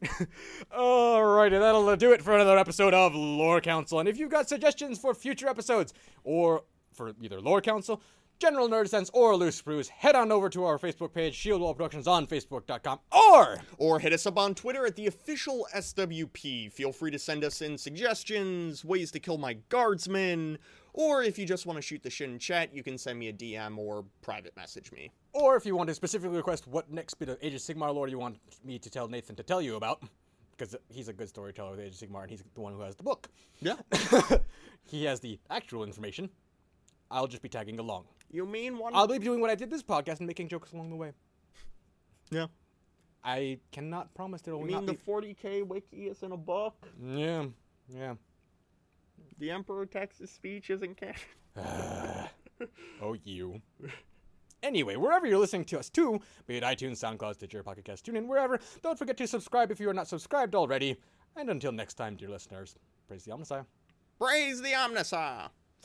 Speaker 1: Alrighty, that'll do it for another episode of Lore Council. And if you've got suggestions for future episodes, or for either Lore Council, General Nerd Sense, or Loose Spruce, head on over to our Facebook page, Shieldwall Productions on Facebook.com, or
Speaker 2: or hit us up on Twitter at the official SWP. Feel free to send us in suggestions, ways to kill my guardsmen, or if you just want to shoot the shit in chat, you can send me a DM or private message me.
Speaker 1: or if you want to specifically request what next bit of Age of Sigmar lore you want me to tell Nathan to tell you about, because he's a good storyteller with Age of Sigmar, and he's the one who has the book.
Speaker 2: Yeah.
Speaker 1: he has the actual information. I'll just be tagging along.
Speaker 2: You mean one?
Speaker 1: I'll be doing what I did this podcast and making jokes along the way.
Speaker 2: yeah.
Speaker 1: I cannot promise there will
Speaker 2: You
Speaker 1: not
Speaker 2: mean the
Speaker 1: be
Speaker 2: 40k wiki is in a book?
Speaker 1: Yeah, yeah.
Speaker 2: The Emperor Texas speech isn't canon.
Speaker 1: Oh, you. Anyway, wherever you're listening to us too, be it iTunes, SoundCloud, Stitcher, Pocket Cast, TuneIn, wherever, don't forget to subscribe if you are not subscribed already. And until next time, dear listeners, praise the Omnissiah.
Speaker 2: Praise the Omnisaur!